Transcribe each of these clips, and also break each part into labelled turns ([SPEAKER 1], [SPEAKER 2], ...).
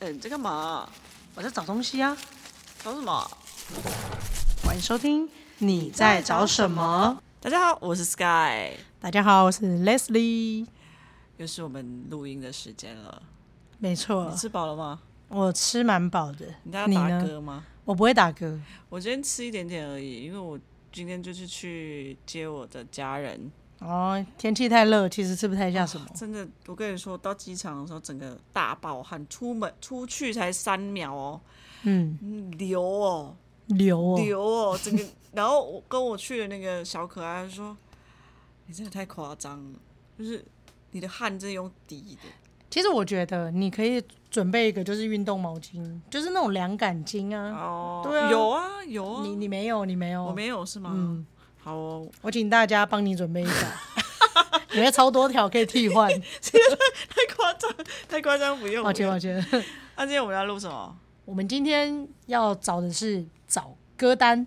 [SPEAKER 1] 哎，你在干嘛？我在找东西啊。找什么？欢迎收听。你在找什么？
[SPEAKER 2] 大家好，我是 Sky，
[SPEAKER 1] 大家好，我是 Leslie。
[SPEAKER 2] 又是我们录音的时间了。
[SPEAKER 1] 没错
[SPEAKER 2] 你，吃饱了吗？
[SPEAKER 1] 我吃蛮饱的。
[SPEAKER 2] 啊你大家
[SPEAKER 1] 你
[SPEAKER 2] 打
[SPEAKER 1] 呢？
[SPEAKER 2] 嗝吗？
[SPEAKER 1] 我不会打嗝。
[SPEAKER 2] 我今天吃一点点而已，因为我今天就是去接我的家人。啊
[SPEAKER 1] 哦，天气太热，其实吃不太下什么。
[SPEAKER 2] 真的，我跟你说，到机场的时候整个大爆汗，出门出去才三秒哦，
[SPEAKER 1] 嗯，
[SPEAKER 2] 嗯流哦，
[SPEAKER 1] 流哦，
[SPEAKER 2] 流哦，整个。然后我跟我去的那个小可爱就说：“你真的太夸张了，就是你的汗真的用滴的。”
[SPEAKER 1] 其实我觉得你可以准备一个，就是运动毛巾，就是那种凉感巾啊。
[SPEAKER 2] 哦，
[SPEAKER 1] 对啊
[SPEAKER 2] 有啊有啊，
[SPEAKER 1] 你你没有，你没有，
[SPEAKER 2] 我没有是吗？
[SPEAKER 1] 嗯
[SPEAKER 2] 好哦，
[SPEAKER 1] 我请大家帮你准备 一下，里面超多条可以替换。
[SPEAKER 2] 太夸张，太夸张，不用。
[SPEAKER 1] 抱歉，抱
[SPEAKER 2] 那、
[SPEAKER 1] 歉。
[SPEAKER 2] 啊、今天我们要录什么？
[SPEAKER 1] 我们今天要找的是找歌单。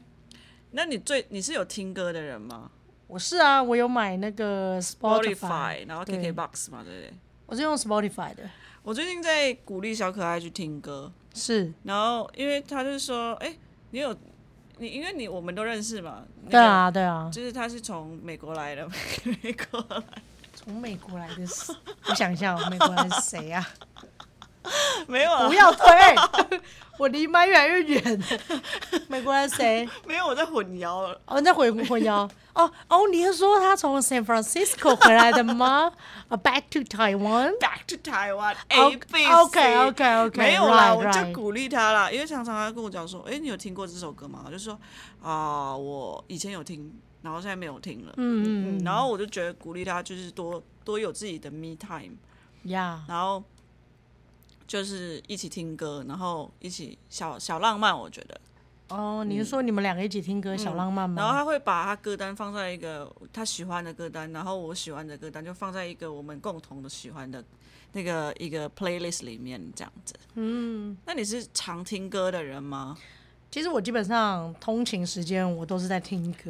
[SPEAKER 2] 那你最你是有听歌的人吗
[SPEAKER 1] 我是啊，我有买那个 Spotify，
[SPEAKER 2] 然后
[SPEAKER 1] 对
[SPEAKER 2] KKBox 嘛，对不对？
[SPEAKER 1] 我是用 Spotify 的。
[SPEAKER 2] 我最近在鼓励小可爱去听歌，
[SPEAKER 1] 是，
[SPEAKER 2] 然后因为他就说，哎、你有你，因为你我们都认识嘛，那个
[SPEAKER 1] 对，啊，对啊，
[SPEAKER 2] 就是他是从美国来的， 美国来
[SPEAKER 1] 从美国来的是， 我想一下，美国来的是 谁啊？
[SPEAKER 2] 没有啊
[SPEAKER 1] 不，要推， 我离麦越来越远。 美国来的 谁？
[SPEAKER 2] 没有，我在混淆了。
[SPEAKER 1] 哦，那回混淆。哦哦，你是说他从 San Francisco 回来 的吗？啊，Back to Taiwan。
[SPEAKER 2] Back to Taiwan
[SPEAKER 1] O-
[SPEAKER 2] A B
[SPEAKER 1] OK，OK，OK，
[SPEAKER 2] 没有啦
[SPEAKER 1] right，
[SPEAKER 2] 我就
[SPEAKER 1] right
[SPEAKER 2] 鼓励他啦，因为常常他跟我讲说，哎、你有听过这首歌吗？我就说啊，我以前有听，然后现在没有听了，嗯嗯，然后我就觉得鼓励他就是多多有自己的 me time，
[SPEAKER 1] 呀，
[SPEAKER 2] 然后就是一起听歌，然后一起小小浪漫，我觉得，
[SPEAKER 1] 哦，你是说你们两个一起听歌《小浪漫》
[SPEAKER 2] 嗯然后
[SPEAKER 1] 吗？
[SPEAKER 2] 他会把他歌单放在一个他喜欢的歌单，然后我喜欢的歌单就放在一个我们共同的喜欢的那个一个 playlist 里面这样子。嗯，那你是常听歌的人吗？
[SPEAKER 1] 其实我基本上通勤时间我都是在听歌。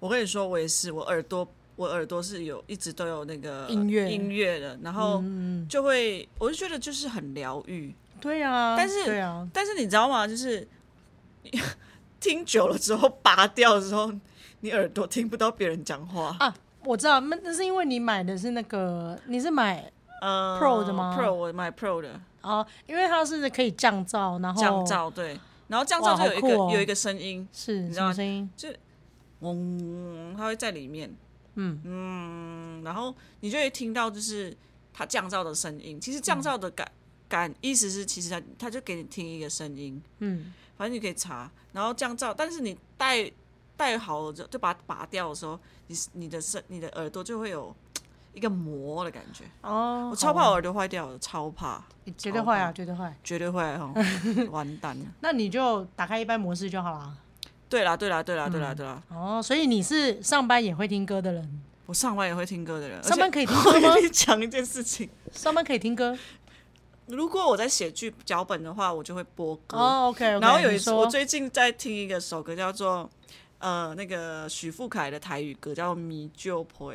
[SPEAKER 2] 我跟你说，我也是，我耳朵我耳朵是有一直都有那个
[SPEAKER 1] 音乐嗯
[SPEAKER 2] 音乐的，然后就会我就觉得就是很疗愈，
[SPEAKER 1] 对啊，
[SPEAKER 2] 但是
[SPEAKER 1] 对啊，
[SPEAKER 2] 但是你知道吗？就是 听久了之后拔掉之后，你耳朵听不到别人讲话。
[SPEAKER 1] 啊，我知道，那那是因为你买的是那个，你是买
[SPEAKER 2] 呃
[SPEAKER 1] 啊 Pro 的吗
[SPEAKER 2] ？Pro 我买 Pro 的。
[SPEAKER 1] 哦、因为它是可以降噪，然后
[SPEAKER 2] 降噪，对，然后降噪
[SPEAKER 1] 哦
[SPEAKER 2] 就
[SPEAKER 1] 哇
[SPEAKER 2] 有一
[SPEAKER 1] 好
[SPEAKER 2] 个、
[SPEAKER 1] 酷哦
[SPEAKER 2] 有一个声音，
[SPEAKER 1] 是
[SPEAKER 2] 你知
[SPEAKER 1] 什
[SPEAKER 2] 道
[SPEAKER 1] 么声音？
[SPEAKER 2] 嗡，它会在里面，
[SPEAKER 1] 嗯
[SPEAKER 2] 嗯，然后你就会听到就是它降噪的声音。其实
[SPEAKER 1] 嗯
[SPEAKER 2] 降噪的感、感意思是，其实它它就给你听一个声音，
[SPEAKER 1] 嗯，
[SPEAKER 2] 反正你可以查，然后降噪，但是你戴戴好了之后就把它拔掉的时候，你你的声你的耳朵就会有一个膜的感觉。
[SPEAKER 1] 哦，
[SPEAKER 2] 我超怕我耳朵坏掉的，超怕，
[SPEAKER 1] 好，绝对
[SPEAKER 2] 哦
[SPEAKER 1] 坏啊，绝对坏。
[SPEAKER 2] 绝对会 哦，完蛋了。
[SPEAKER 1] 那你就打开一般模式就好啦。
[SPEAKER 2] 对啦，对啦，对啦，对啦，对啦，
[SPEAKER 1] 哦，所以你是上班也会听歌的人，
[SPEAKER 2] 我上班也会听歌的人，而且
[SPEAKER 1] 上班可以听
[SPEAKER 2] 我
[SPEAKER 1] 歌吗？
[SPEAKER 2] 跟你讲一件事情，
[SPEAKER 1] 上班可以听歌？
[SPEAKER 2] 如果我在写剧脚本的话，我就会播歌。
[SPEAKER 1] 哦，OK，, o k
[SPEAKER 2] 然后有一次，
[SPEAKER 1] 说
[SPEAKER 2] 我最近在听一个首歌，叫做呃那个许富凯的台语歌，叫《米旧婆》。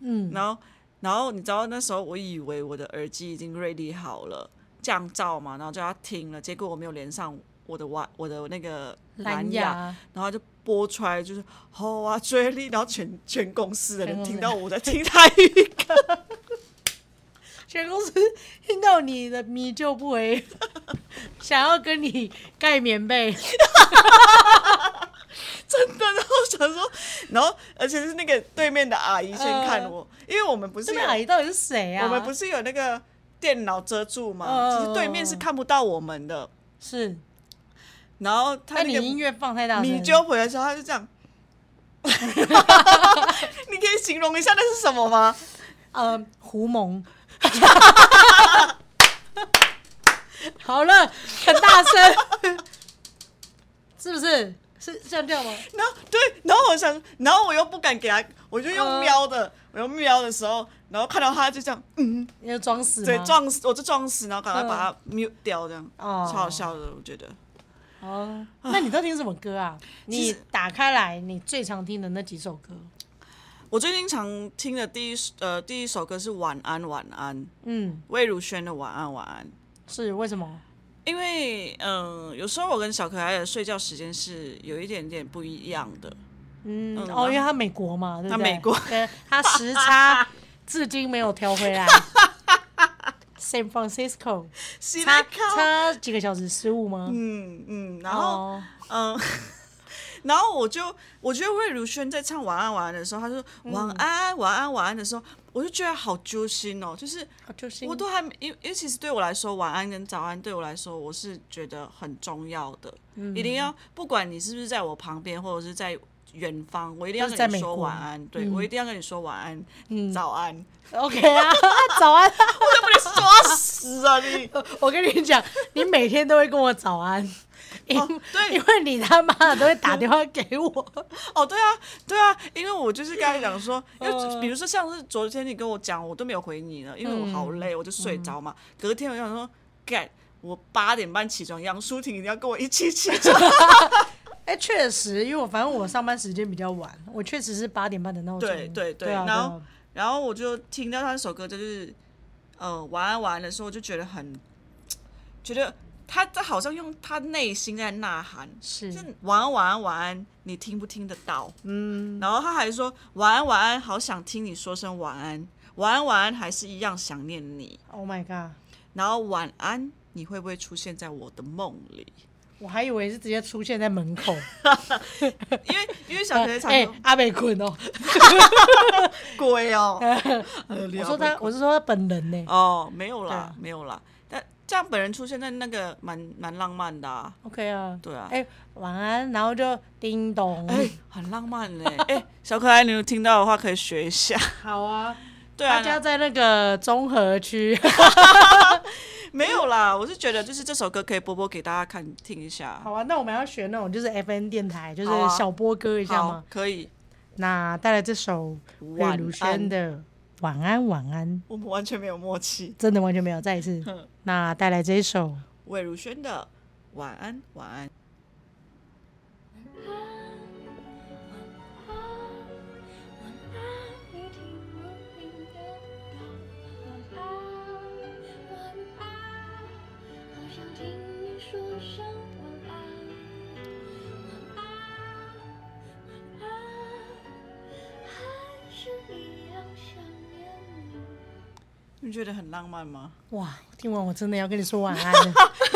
[SPEAKER 1] 嗯，
[SPEAKER 2] 然后然后你知道那时候我以为我的耳机已经 ready 好了降噪嘛，然后就要听了，结果我没有连上我的蓝我的那个蓝
[SPEAKER 1] 蓝
[SPEAKER 2] 牙，
[SPEAKER 1] 牙，
[SPEAKER 2] 然后就播出来就是吼啊追力，然后全全公司的人
[SPEAKER 1] 全公司
[SPEAKER 2] 听到我在听台语歌
[SPEAKER 1] 全公司听到你的米就不回， 想要跟你盖棉被。
[SPEAKER 2] 啊真的。然后想说，然后而且是那个对面的阿姨先看我，因为我们不是
[SPEAKER 1] 嗯这
[SPEAKER 2] 有
[SPEAKER 1] 边阿姨到底是谁啊？
[SPEAKER 2] 我们不是有那个电脑遮住吗？
[SPEAKER 1] 嗯
[SPEAKER 2] 其实对面是看不到我们的。
[SPEAKER 1] 是，
[SPEAKER 2] 然后他那
[SPEAKER 1] 那你
[SPEAKER 2] 个
[SPEAKER 1] 音乐啊放太大声，
[SPEAKER 2] 米揪回来的时候，他就这样。 你可以形容一下那是什么吗？
[SPEAKER 1] 呃，胡 蒙。好了，很大声， 是不是？是这样这样吗？
[SPEAKER 2] 然后对，然后我想，然后我又不敢给他，我就用
[SPEAKER 1] 嗯
[SPEAKER 2] 瞄的，我用瞄的时候，然后看到他就这样，嗯，
[SPEAKER 1] 你要装死吗？
[SPEAKER 2] 对，撞死，我就撞死，然后赶快把他 mute 掉，这样，
[SPEAKER 1] 嗯哦
[SPEAKER 2] 超好笑的，我觉得。
[SPEAKER 1] 哦。那你都听什么歌啊？
[SPEAKER 2] 其
[SPEAKER 1] 你
[SPEAKER 2] 实
[SPEAKER 1] 打开来，你最常听的那几首歌？
[SPEAKER 2] 我最近常听的第一呃第一首歌是《晚安晚安》，
[SPEAKER 1] 嗯，
[SPEAKER 2] 魏如萱的《晚安晚安》，
[SPEAKER 1] 是为什么？
[SPEAKER 2] 因为嗯、呃有时候我跟小可爱的睡觉时间是有一点点不一样的。
[SPEAKER 1] 嗯，
[SPEAKER 2] 嗯
[SPEAKER 1] 哦，因为他美国嘛，对不
[SPEAKER 2] 他
[SPEAKER 1] 对？
[SPEAKER 2] 美国
[SPEAKER 1] 对，他时 差至今没有调回来。San Francisco 差差几个小时，十五吗？
[SPEAKER 2] 嗯嗯，然后
[SPEAKER 1] 哦，
[SPEAKER 2] 嗯。 然后我就我觉得魏如萱在唱《晚安晚安》的时候，她说“晚安、晚安晚安”的时候，我就觉得好揪心哦，就是
[SPEAKER 1] 好就是
[SPEAKER 2] 我都还没，因为因为其实对我来说，晚安跟早安对我来说，我是觉得很重要的，
[SPEAKER 1] 嗯
[SPEAKER 2] 一定要不管你是不是在我旁边，或者是在远方，我一定要
[SPEAKER 1] 或者在
[SPEAKER 2] 跟你
[SPEAKER 1] 美
[SPEAKER 2] 说
[SPEAKER 1] 国嗯
[SPEAKER 2] 晚安，对、我一定要跟你说晚安，早安，
[SPEAKER 1] OK 啊，早安。
[SPEAKER 2] 我把你抓死啊你！
[SPEAKER 1] 我跟你讲，你每天都会跟我早安，因、
[SPEAKER 2] 哦对
[SPEAKER 1] 因为你他妈的都会打电话给我。
[SPEAKER 2] 哦，对啊，对啊，因为我就是刚才讲 说，因
[SPEAKER 1] 呃
[SPEAKER 2] 为比如说像是昨天你跟我讲，我都没有回你了，因为我好
[SPEAKER 1] 嗯
[SPEAKER 2] 累，我就睡着嘛。隔天我就想说，干，我八点半起床，杨舒婷一定要跟我一起起床。
[SPEAKER 1] 哎、确实，因为我反正我上班时间比较晚，我确实是八点半的闹钟。
[SPEAKER 2] 对对对
[SPEAKER 1] 对啊，
[SPEAKER 2] 然后
[SPEAKER 1] 对啊
[SPEAKER 2] 然后我就听到他那首歌，就是呃晚安晚安的时候，我就觉得很，觉得他他好像用他内心在呐喊，
[SPEAKER 1] 是
[SPEAKER 2] 就晚安晚安晚安，你听不听得到？嗯，然后他还说晚安晚安，好想听你说声晚安，晚安晚安，还是一样想念你。
[SPEAKER 1] ，Oh my god，
[SPEAKER 2] 然后晚安，你会不会出现在我的梦里？
[SPEAKER 1] 我还以为是直接出现在门 口。
[SPEAKER 2] 因为因为小
[SPEAKER 1] 哎、
[SPEAKER 2] 学常常
[SPEAKER 1] 阿北坤哦，
[SPEAKER 2] 鬼 哦，我
[SPEAKER 1] 我说他，我是说他本人呢、
[SPEAKER 2] 哦，没有
[SPEAKER 1] 对
[SPEAKER 2] 啦
[SPEAKER 1] 啊，
[SPEAKER 2] 没有啦。但这样本人出现在那个蛮蛮浪漫的、啊，
[SPEAKER 1] OK 啊，
[SPEAKER 2] 对啊
[SPEAKER 1] 哎、晚安，然后就叮咚，
[SPEAKER 2] 哎、很浪漫嘞、 哎、小可爱，你有听到的话可以学一 下。
[SPEAKER 1] 好啊，
[SPEAKER 2] 对
[SPEAKER 1] 大
[SPEAKER 2] 啊，
[SPEAKER 1] 家在那个综合区，
[SPEAKER 2] 没有啦，我是觉得就是这首歌可以播播给大家看听一下。
[SPEAKER 1] 好啊，那我们要学那种就是 FN 电台，就是
[SPEAKER 2] 好啊
[SPEAKER 1] 小波歌一下吗？
[SPEAKER 2] 好，可以。
[SPEAKER 1] 那带来这首
[SPEAKER 2] 晚
[SPEAKER 1] 魏
[SPEAKER 2] 安
[SPEAKER 1] 如萱的《晚安晚安》，
[SPEAKER 2] 我们完全没有默契。
[SPEAKER 1] 真的完全没有。再一次，那带来这一首
[SPEAKER 2] 魏如萱的《晚安，晚安》。
[SPEAKER 3] 晚安，晚安，晚安，你听不听得到？晚安，晚安，好想听你说声晚安。晚安，晚安，还是一样想念你。
[SPEAKER 2] 你觉得很浪漫 吗？
[SPEAKER 1] 哇，听完我真的要跟你说晚安 了，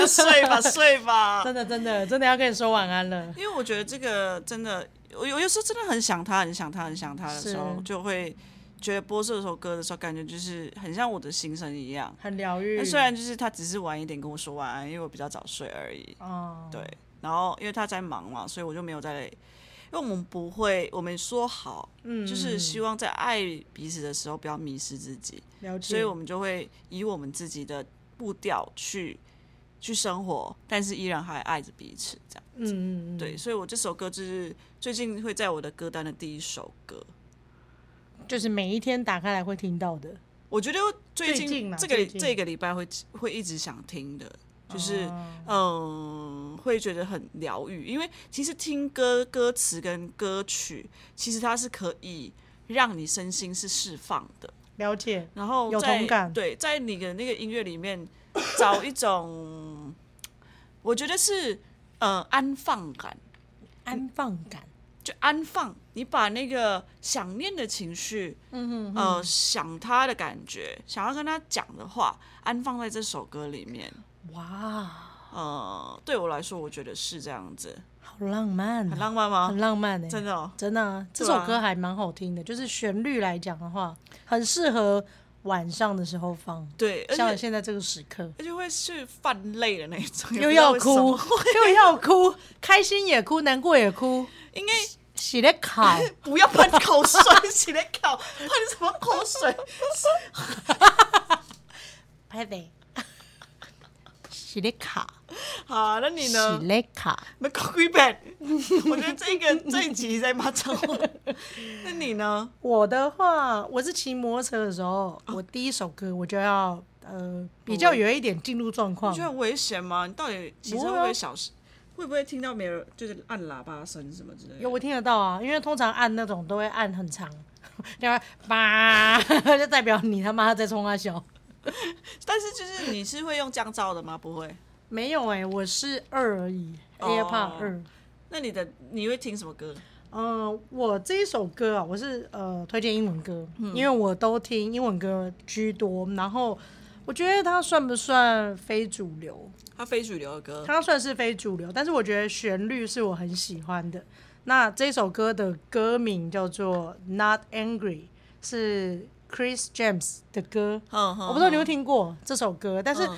[SPEAKER 2] 睡吧，睡吧。
[SPEAKER 1] 真的真的真的要跟你说晚安了。
[SPEAKER 2] 因为我觉得这个真的，我有有时候真的很想他，很想他，很想他的时候
[SPEAKER 1] 是，
[SPEAKER 2] 就会觉得播这首歌的时候，感觉就是很像我的心声一样。
[SPEAKER 1] 很疗愈
[SPEAKER 2] 那，虽然就是他只是晚一点跟我说晚安，因为我比较早睡而已。
[SPEAKER 1] 哦，
[SPEAKER 2] 对，然后因为他在忙嘛，所以我就没有在。因为我们不会，我们说好，
[SPEAKER 1] 嗯
[SPEAKER 2] 就是希望在爱彼此的时候不要迷失自己，
[SPEAKER 1] 了解，
[SPEAKER 2] 所以我们就会以我们自己的步调去去生活，但是依然还爱着彼此，这样。
[SPEAKER 1] 嗯嗯嗯，
[SPEAKER 2] 对，，所以我这首歌就是最近会在我的歌单的第一首歌。
[SPEAKER 1] 就是每一天打开来会听到的，
[SPEAKER 2] 我觉得最
[SPEAKER 1] 最近
[SPEAKER 2] 近
[SPEAKER 1] 啦
[SPEAKER 2] 这个
[SPEAKER 1] 最
[SPEAKER 2] 礼
[SPEAKER 1] 近
[SPEAKER 2] 这个礼拜会会一直想听的，就是嗯、
[SPEAKER 1] 呃哦
[SPEAKER 2] 会觉得很疗愈，因为其实听歌歌词跟歌曲，其实它是可以让你身心是释放的，
[SPEAKER 1] 了解，
[SPEAKER 2] 然后
[SPEAKER 1] 有
[SPEAKER 2] 在
[SPEAKER 1] 同感
[SPEAKER 2] 对，在你的那个音乐里面找一种， 我觉得是呃安放感。
[SPEAKER 1] 安放感，
[SPEAKER 2] 就安放，你把那个想念的情绪，嗯呃，想他的感觉，想要跟他讲的话，安放在这首歌里面。
[SPEAKER 1] 哇，
[SPEAKER 2] 呃，对我来说，我觉得是这样子，
[SPEAKER 1] 好浪漫啊，
[SPEAKER 2] 很浪漫吗
[SPEAKER 1] 很？浪漫哎，
[SPEAKER 2] 真的哦，
[SPEAKER 1] 真的、啊，这
[SPEAKER 2] 对
[SPEAKER 1] 首
[SPEAKER 2] 啊
[SPEAKER 1] 歌还蛮好听的，就是旋律来讲的话，很适合晚上的时候放，
[SPEAKER 2] 对，而
[SPEAKER 1] 像
[SPEAKER 2] 且
[SPEAKER 1] 现在这个时刻，
[SPEAKER 2] 而且会是泛泪的那一种，也
[SPEAKER 1] 又
[SPEAKER 2] 不知道
[SPEAKER 1] 要
[SPEAKER 2] 为什
[SPEAKER 1] 哭，
[SPEAKER 2] 么，
[SPEAKER 1] 又要哭，开心也哭，难过也哭，
[SPEAKER 2] 应该
[SPEAKER 1] 洗了烤，
[SPEAKER 2] 不要喷口水，起来搞喷什么口 水？
[SPEAKER 1] 拍得，洗了卡，
[SPEAKER 2] 好，那你
[SPEAKER 1] 洗
[SPEAKER 2] 呢？
[SPEAKER 1] 了卡，
[SPEAKER 2] 那 c o b a 我觉得这个这一集在骂脏话。那你呢？
[SPEAKER 1] 我的话，我是骑摩托车的时候，我第一首歌我就要呃比较有一点进入状
[SPEAKER 2] 你
[SPEAKER 1] 况
[SPEAKER 2] 觉，得很危险吗？你到底骑车会
[SPEAKER 1] 不会
[SPEAKER 2] 不
[SPEAKER 1] 啊
[SPEAKER 2] 会小声？会不会听到没人就是按喇叭声什么之类的？
[SPEAKER 1] 有我听得到啊，因为通常按那种 都会按很长，另外叭，就代表你他妈在冲他笑。
[SPEAKER 2] 但是就是你是会用降噪的吗？不会。
[SPEAKER 1] 没有哎、我是二而已，AirPod
[SPEAKER 2] 哦
[SPEAKER 1] 二。
[SPEAKER 2] 那你的你会听什么歌？
[SPEAKER 1] 嗯，我这一首歌啊，我是呃推荐英文歌，因为我都听英文歌居多。然后我觉得它算不算非主流？
[SPEAKER 2] 它非主流的歌，
[SPEAKER 1] 它算是非主流，但是我觉得旋律是我很喜欢的。那这首歌的歌名叫做《Not Angry》，是 Chris James 的歌。
[SPEAKER 2] 嗯，
[SPEAKER 1] 我
[SPEAKER 2] 我
[SPEAKER 1] 不知道你有没有听过这首歌，但是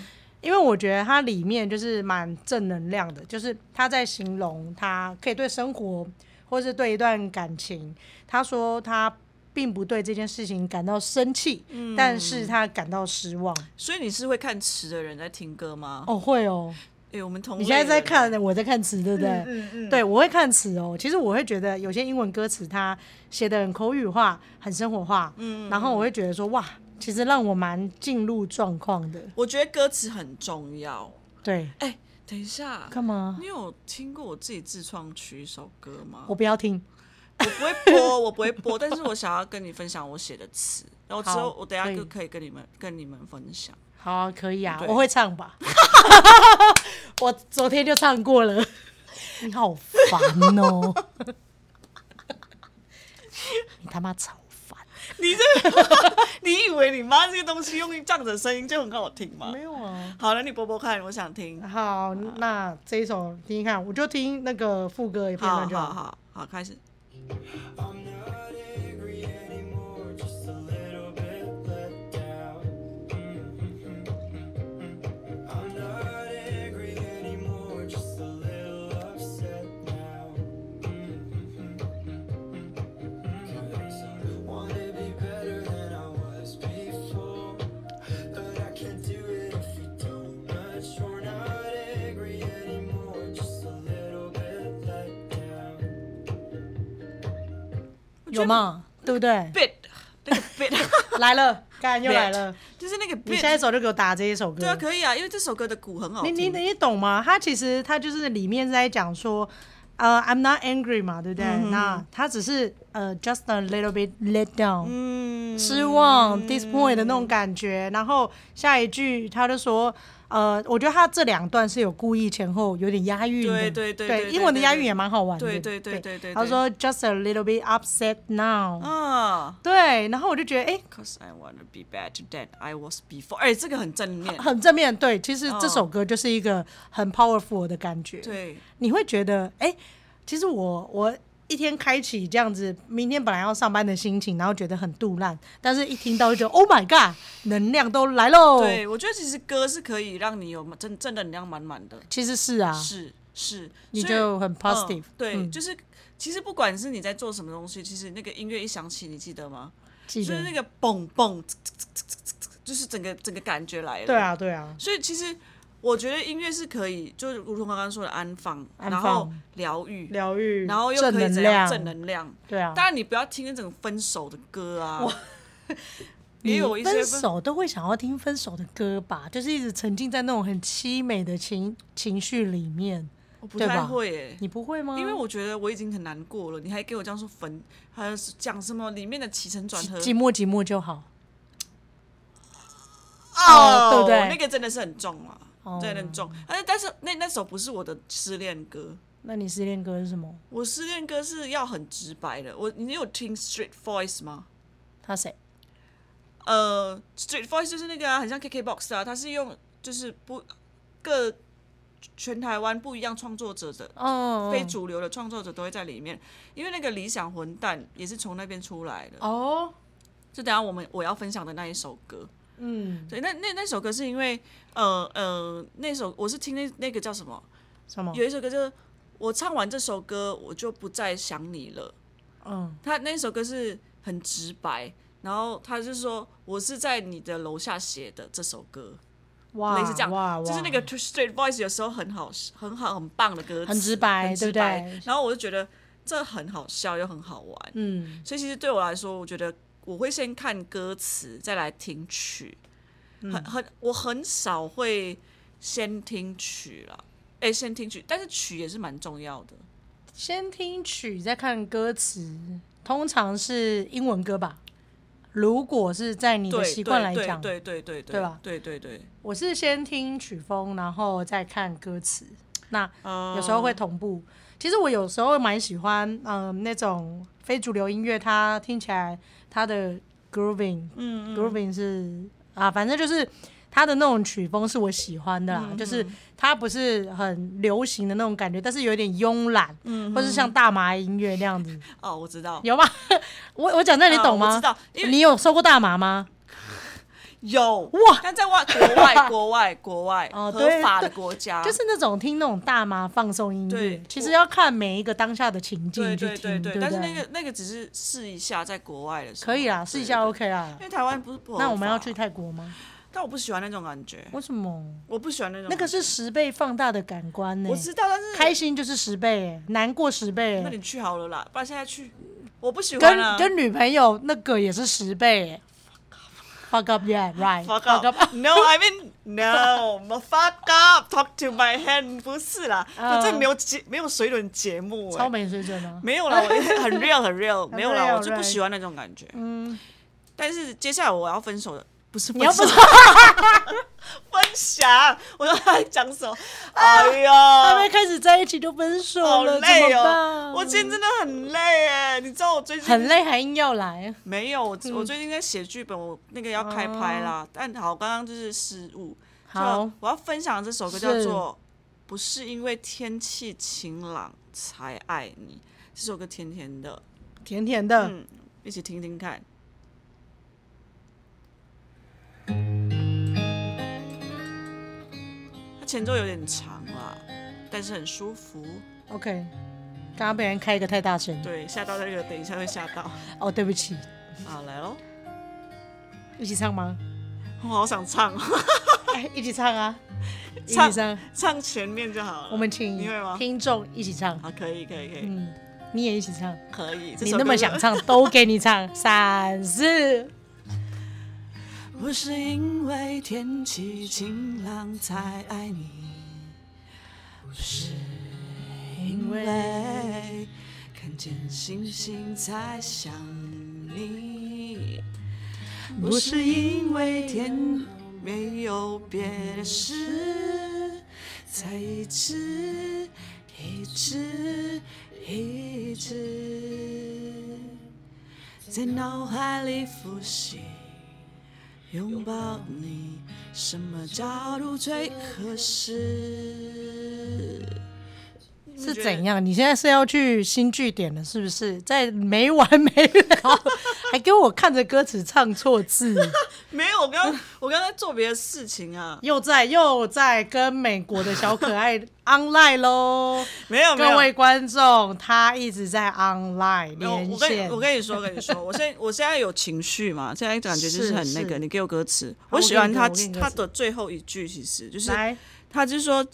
[SPEAKER 1] 因为我觉得它里面就是蛮正能量的，就是他在形容他可以对生活或是对一段感情，他说他并不对这件事情感到生气，但是他感到失望。
[SPEAKER 2] 所以你是会看词的人在听歌吗？
[SPEAKER 1] 哦，会哦，
[SPEAKER 2] 哎、我们同
[SPEAKER 1] 你
[SPEAKER 2] 类
[SPEAKER 1] 现在在
[SPEAKER 2] 人
[SPEAKER 1] 看，我在看词，对不对？
[SPEAKER 2] 嗯嗯，
[SPEAKER 1] 对，我会看词哦。其实我会觉得有些英文歌词它写的很口语化、很生活化，嗯，然后我会觉得说哇，其实让我蛮进入状况的。
[SPEAKER 2] 我觉得歌词很重要。
[SPEAKER 1] 对，
[SPEAKER 2] 哎、等一下，
[SPEAKER 1] 干嘛？
[SPEAKER 2] 你有听过我自己自创曲一首歌吗？
[SPEAKER 1] 我不要听。
[SPEAKER 2] 我不会播， 我不会播，但是我想要跟你分享我写的词，然后之后
[SPEAKER 1] 好
[SPEAKER 2] 我等一下
[SPEAKER 1] 可以
[SPEAKER 2] 就可以跟你们跟你们分享。
[SPEAKER 1] 好、啊，可以啊，
[SPEAKER 2] 对
[SPEAKER 1] 我会唱 吧。我昨天就唱过 了。你好烦哦！你他妈超烦！
[SPEAKER 2] 你这，你以为你妈这些东西用这样子的声音就很好听吗？
[SPEAKER 1] 有啊。
[SPEAKER 2] 好了，你播播看，我想听。
[SPEAKER 1] 好，啊那这一首听听看，我就听那个副歌一片
[SPEAKER 2] 好
[SPEAKER 1] 段就
[SPEAKER 2] 好
[SPEAKER 1] 好。
[SPEAKER 2] 好好，开始。
[SPEAKER 4] I'm not angry anymore, just a little bit let down. Mm-hmm. I'm not angry anymore, just a little upset now. Cause I Mm-hmm. wanna be better than I was before, but I can't do it if we don't match. We're not angry anymore, just a little bit let down.
[SPEAKER 1] 有嘛？对不对？
[SPEAKER 2] bit 那个 bit
[SPEAKER 1] 来了， 干又来了。
[SPEAKER 2] 就是那个
[SPEAKER 1] 你下一
[SPEAKER 2] bit，
[SPEAKER 1] 首就给我打这一首歌。
[SPEAKER 2] 对啊，可以啊，因为这首歌的鼓很好
[SPEAKER 1] 你
[SPEAKER 2] 听。
[SPEAKER 1] 你你懂吗？他其实他就是里面在讲说，呃、i m not angry 嘛，对不对？
[SPEAKER 2] 嗯
[SPEAKER 1] 那他只是呃、j u s t a little bit let down，、
[SPEAKER 2] 嗯，
[SPEAKER 1] 失望、disappoint 的那种感觉。然后下一句他就说，呃，我觉得他这两段是有故意前后有点押韵的，
[SPEAKER 2] 对对对对对
[SPEAKER 1] 英文的押韵
[SPEAKER 2] 对
[SPEAKER 1] 也蛮好玩的，
[SPEAKER 2] 对对对对对
[SPEAKER 1] 他
[SPEAKER 2] 对
[SPEAKER 1] 说 just a little bit upset now，、
[SPEAKER 2] 啊。
[SPEAKER 1] 对，然后我就觉得哎。
[SPEAKER 2] Cause I wanna be better than I was before。哎、这个很正面。
[SPEAKER 1] 很正面对，其实这
[SPEAKER 2] 嗯
[SPEAKER 1] 首歌就是一个很 powerful 的感觉。
[SPEAKER 2] 对，
[SPEAKER 1] 你会觉得，哎、其实我我一天开启这样子，明天本来要上班的心情，然后觉得很肚烂，但是一听到就觉得 Oh my God，能量都来喽。
[SPEAKER 2] 对，我觉得其实歌是可以让你有正正能量满满的。
[SPEAKER 1] 其实是啊，
[SPEAKER 2] 是是，
[SPEAKER 1] 你
[SPEAKER 2] 所以
[SPEAKER 1] 就很
[SPEAKER 2] 嗯
[SPEAKER 1] positive
[SPEAKER 2] 对，
[SPEAKER 1] 嗯
[SPEAKER 2] 就是其实不管是你在做什么东西，其实那个音乐一响起，你记得吗？
[SPEAKER 1] 记
[SPEAKER 2] 就是那
[SPEAKER 1] 得。
[SPEAKER 2] 个蹦蹦，就是整个整个感觉来了。
[SPEAKER 1] 对啊，对啊，
[SPEAKER 2] 所以其实我觉得音乐是可以，就是如同刚刚说的安放，
[SPEAKER 1] 安
[SPEAKER 2] 然
[SPEAKER 1] 放
[SPEAKER 2] 后疗愈，
[SPEAKER 1] 疗愈，
[SPEAKER 2] 然后又
[SPEAKER 1] 正
[SPEAKER 2] 可以
[SPEAKER 1] 能
[SPEAKER 2] 怎样
[SPEAKER 1] 量，
[SPEAKER 2] 正能量。
[SPEAKER 1] 对啊。
[SPEAKER 2] 当然你不要听那种分手的歌啊，也
[SPEAKER 1] 你
[SPEAKER 2] 有一些
[SPEAKER 1] 分手都会想要听分手的歌吧，就是一直沉浸在那种很凄美的情情绪里面。
[SPEAKER 2] 我不
[SPEAKER 1] 对
[SPEAKER 2] 太
[SPEAKER 1] 吧嗯
[SPEAKER 2] 会耶、
[SPEAKER 1] 你不会吗？
[SPEAKER 2] 因为我觉得我已经很难过了，你还给我这样说分，还有讲什么里面的起承转合，
[SPEAKER 1] 寂寞寂寞就好。
[SPEAKER 2] 哦
[SPEAKER 1] 对不对哦
[SPEAKER 2] 那个真的是很重啊，真的很重。但是但是那那首不是我的失恋歌，
[SPEAKER 1] 那你失恋歌是什么？
[SPEAKER 2] 我失恋歌是要很直白的。我你有听 Street Voice 吗？
[SPEAKER 1] 他谁？
[SPEAKER 2] 呃，Street Voice 就是那个、啊、很像 KKBOX 啊，它是用就是不各全台湾不一样创作者的
[SPEAKER 1] 哦，
[SPEAKER 2] 非主流的创作者都会在里面，因为那个理想混蛋也是从那边出来的。
[SPEAKER 1] 哦，
[SPEAKER 2] 就等一下我们我要分享的那一首歌，
[SPEAKER 1] 嗯，
[SPEAKER 2] 对，那那那首歌是因为呃呃那首我是听那那个叫什么，
[SPEAKER 1] 什么？
[SPEAKER 2] 有一首歌就是我唱完这首歌我就不再想你了，
[SPEAKER 1] 嗯，
[SPEAKER 2] 他那首歌是很直白。然后他就说：“我是在你的楼下写的这首歌，
[SPEAKER 1] 哇，
[SPEAKER 2] 类似这
[SPEAKER 1] 哇
[SPEAKER 2] 样，
[SPEAKER 1] 哇
[SPEAKER 2] 就是那个 Straight Voice 有时候很好，很好，很棒的歌词，
[SPEAKER 1] 很直白
[SPEAKER 2] 很直
[SPEAKER 1] 对不对
[SPEAKER 2] 白然后我就觉得这很好笑又很好玩，
[SPEAKER 1] 嗯，
[SPEAKER 2] 所以其实对我来说，我觉得我会先看歌词，再来听曲。
[SPEAKER 1] 嗯
[SPEAKER 2] 很很，我很少会先听曲啦，哎、先听曲，但是曲也是蛮重要的。
[SPEAKER 1] 先听曲再看歌词，通常是英文歌吧？如果是在你的
[SPEAKER 2] 对
[SPEAKER 1] 习惯来
[SPEAKER 2] 对
[SPEAKER 1] 讲，
[SPEAKER 2] 对对对对
[SPEAKER 1] 对吧
[SPEAKER 2] 对对对，
[SPEAKER 1] 我是先听曲风，然后再看歌词。那
[SPEAKER 2] 啊
[SPEAKER 1] 有时候会同步。其实我有时候蛮喜欢，嗯、那种非主流音乐，它听起来它的 grooving，
[SPEAKER 2] 嗯
[SPEAKER 1] grooving 是啊，反正就是它的那种曲风是我喜欢的啦，
[SPEAKER 2] 嗯
[SPEAKER 1] 就是它不是很流行的那种感觉，但是有点慵懒，嗯，或是像大麻音乐那样子，
[SPEAKER 2] 哦，我知道，
[SPEAKER 1] 有吗？ 我我讲这你
[SPEAKER 2] 啊
[SPEAKER 1] 懂
[SPEAKER 2] 我
[SPEAKER 1] 吗？
[SPEAKER 2] 知道，因为
[SPEAKER 1] 你有收过大麻吗？
[SPEAKER 2] 有
[SPEAKER 1] 哇，
[SPEAKER 2] 但在外国外国外国外
[SPEAKER 1] 哦
[SPEAKER 2] 合
[SPEAKER 1] 对
[SPEAKER 2] 法
[SPEAKER 1] 对
[SPEAKER 2] 的国家，
[SPEAKER 1] 就是那种听那种大麻放松音乐
[SPEAKER 2] 对，
[SPEAKER 1] 其实要看每一个当下的情境
[SPEAKER 2] 对
[SPEAKER 1] 去
[SPEAKER 2] 对对
[SPEAKER 1] 听，
[SPEAKER 2] 对
[SPEAKER 1] 不，
[SPEAKER 2] 但是
[SPEAKER 1] 对
[SPEAKER 2] 那个那个只是试一下，在国外的时候
[SPEAKER 1] 可以啦，试一下，OK 啦
[SPEAKER 2] 对对对因。为台湾不是不合
[SPEAKER 1] 那我们要
[SPEAKER 2] 法
[SPEAKER 1] 去，泰国吗？
[SPEAKER 2] 但我不喜欢那种感觉，
[SPEAKER 1] 为什么？
[SPEAKER 2] 我不喜欢那种
[SPEAKER 1] 那个
[SPEAKER 2] 感
[SPEAKER 1] 是十倍放大的感官呢、
[SPEAKER 2] 觉我知道，但是
[SPEAKER 1] 开心就是十倍、欸，难过十倍、
[SPEAKER 2] 那
[SPEAKER 1] 欸。
[SPEAKER 2] 你去好了啦，不然现在去，我不喜欢啊。
[SPEAKER 1] 跟跟女朋友那个也是十倍、欸。Fuck up, yeah, right.
[SPEAKER 2] fuck up. No, I mean no. fuck up. Talk to my hand. 不是啦，
[SPEAKER 1] 嗯
[SPEAKER 2] 就这没有节没有水准节目
[SPEAKER 1] 超
[SPEAKER 2] 哎、
[SPEAKER 1] 没水准吗？
[SPEAKER 2] 没有 啦，我很 real 很 real，没有
[SPEAKER 1] real，
[SPEAKER 2] 啦，我就
[SPEAKER 1] right
[SPEAKER 2] 不喜欢那种感觉。嗯，但是接下来我要分手的，不是
[SPEAKER 1] 你要
[SPEAKER 2] 分
[SPEAKER 1] 不
[SPEAKER 2] 手
[SPEAKER 1] 是
[SPEAKER 2] 分享，我要在讲什么？
[SPEAKER 1] 啊
[SPEAKER 2] 哎呦，
[SPEAKER 1] 还没开始在一起就分手
[SPEAKER 2] 好
[SPEAKER 1] 了，
[SPEAKER 2] 累
[SPEAKER 1] 怎么
[SPEAKER 2] 哦
[SPEAKER 1] 办，
[SPEAKER 2] 我今天真的很累哎，你知道我最近
[SPEAKER 1] 很累还嗯硬要来，
[SPEAKER 2] 没有，我我最近在写剧本，我那个要开拍啦。但好，刚刚就是失误。
[SPEAKER 1] 哦好
[SPEAKER 2] 就我要分享的这首歌
[SPEAKER 1] 是
[SPEAKER 2] 叫做《不是因为天气晴朗才爱你》，这首歌甜甜的，
[SPEAKER 1] 甜甜的。
[SPEAKER 2] 嗯，一起听听看。它前奏有点长啦，但是很舒服。
[SPEAKER 1] OK，刚刚被人开一个太大声。
[SPEAKER 2] 对，吓到那个，等一下会吓到。
[SPEAKER 1] 哦，对不起，
[SPEAKER 2] 好，来喽，
[SPEAKER 1] 一起唱吗？
[SPEAKER 2] 我好想唱哦，
[SPEAKER 1] 哎， 一起唱啊，一
[SPEAKER 2] 唱
[SPEAKER 1] 起唱。
[SPEAKER 2] 唱前面就好了。
[SPEAKER 1] 我们请
[SPEAKER 2] 你会吗？
[SPEAKER 1] 听众一起唱，
[SPEAKER 2] 啊，可以，可以，可以，
[SPEAKER 1] 嗯，你也一起唱，
[SPEAKER 2] 可以。这
[SPEAKER 1] 你
[SPEAKER 2] 首
[SPEAKER 1] 那
[SPEAKER 2] 歌
[SPEAKER 1] 么
[SPEAKER 2] 是
[SPEAKER 1] 想？唱都给你 唱，三四。
[SPEAKER 2] 不是因为天气晴朗才爱你，不是因为看见星星才想你，不是因为天没有别的事，才一直一直一直在脑海里复习。拥抱你，什么角度最合适？
[SPEAKER 1] 是怎样？你现在是要去新据点了，是不是？在没完没了，还给我看着歌词唱错字，
[SPEAKER 2] 没有，我刚我刚才做别的事情啊，
[SPEAKER 1] 又在又在跟美国的小可爱 online 喽。
[SPEAKER 2] 没有没有。
[SPEAKER 1] 各位观众，他一直在 online
[SPEAKER 2] 没有
[SPEAKER 1] 连
[SPEAKER 2] 我跟你
[SPEAKER 1] 线
[SPEAKER 2] 我。跟你说，我跟你说，我现 在我现在有情绪嘛，现在感觉就是是很那
[SPEAKER 1] 是
[SPEAKER 2] 个。你给我歌词，
[SPEAKER 1] 我
[SPEAKER 2] 我喜欢
[SPEAKER 1] 给你
[SPEAKER 2] 他
[SPEAKER 1] 歌我给你歌
[SPEAKER 2] 他
[SPEAKER 1] 词
[SPEAKER 2] 的最后一句，其实就是
[SPEAKER 1] 来，
[SPEAKER 2] 他就说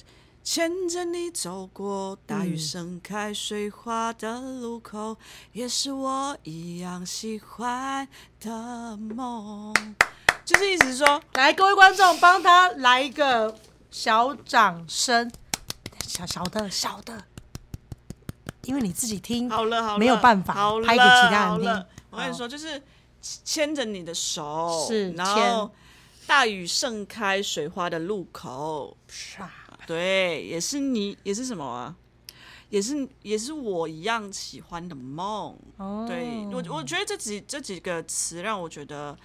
[SPEAKER 2] 牵着你走过大雨
[SPEAKER 1] 嗯
[SPEAKER 2] 盛开水花的路口，也是我一样喜欢的梦。就是意思是说，
[SPEAKER 1] 来，各位观众，帮他来一个小掌声，小小的小的，因为你自己 听，
[SPEAKER 2] 好了好了，
[SPEAKER 1] 没有办法
[SPEAKER 2] 好了
[SPEAKER 1] 拍给其他人
[SPEAKER 2] 好
[SPEAKER 1] 听
[SPEAKER 2] 了。我跟你
[SPEAKER 1] 好
[SPEAKER 2] 说，就是牵着你的手，
[SPEAKER 1] 是
[SPEAKER 2] 然
[SPEAKER 1] 牵
[SPEAKER 2] 后大雨盛开水花的路口，
[SPEAKER 1] 唰
[SPEAKER 2] 对，也是你，也是什么啊？也是也是我一样喜欢的梦。
[SPEAKER 1] 哦
[SPEAKER 2] 对我，我觉得这几这几个词让我觉得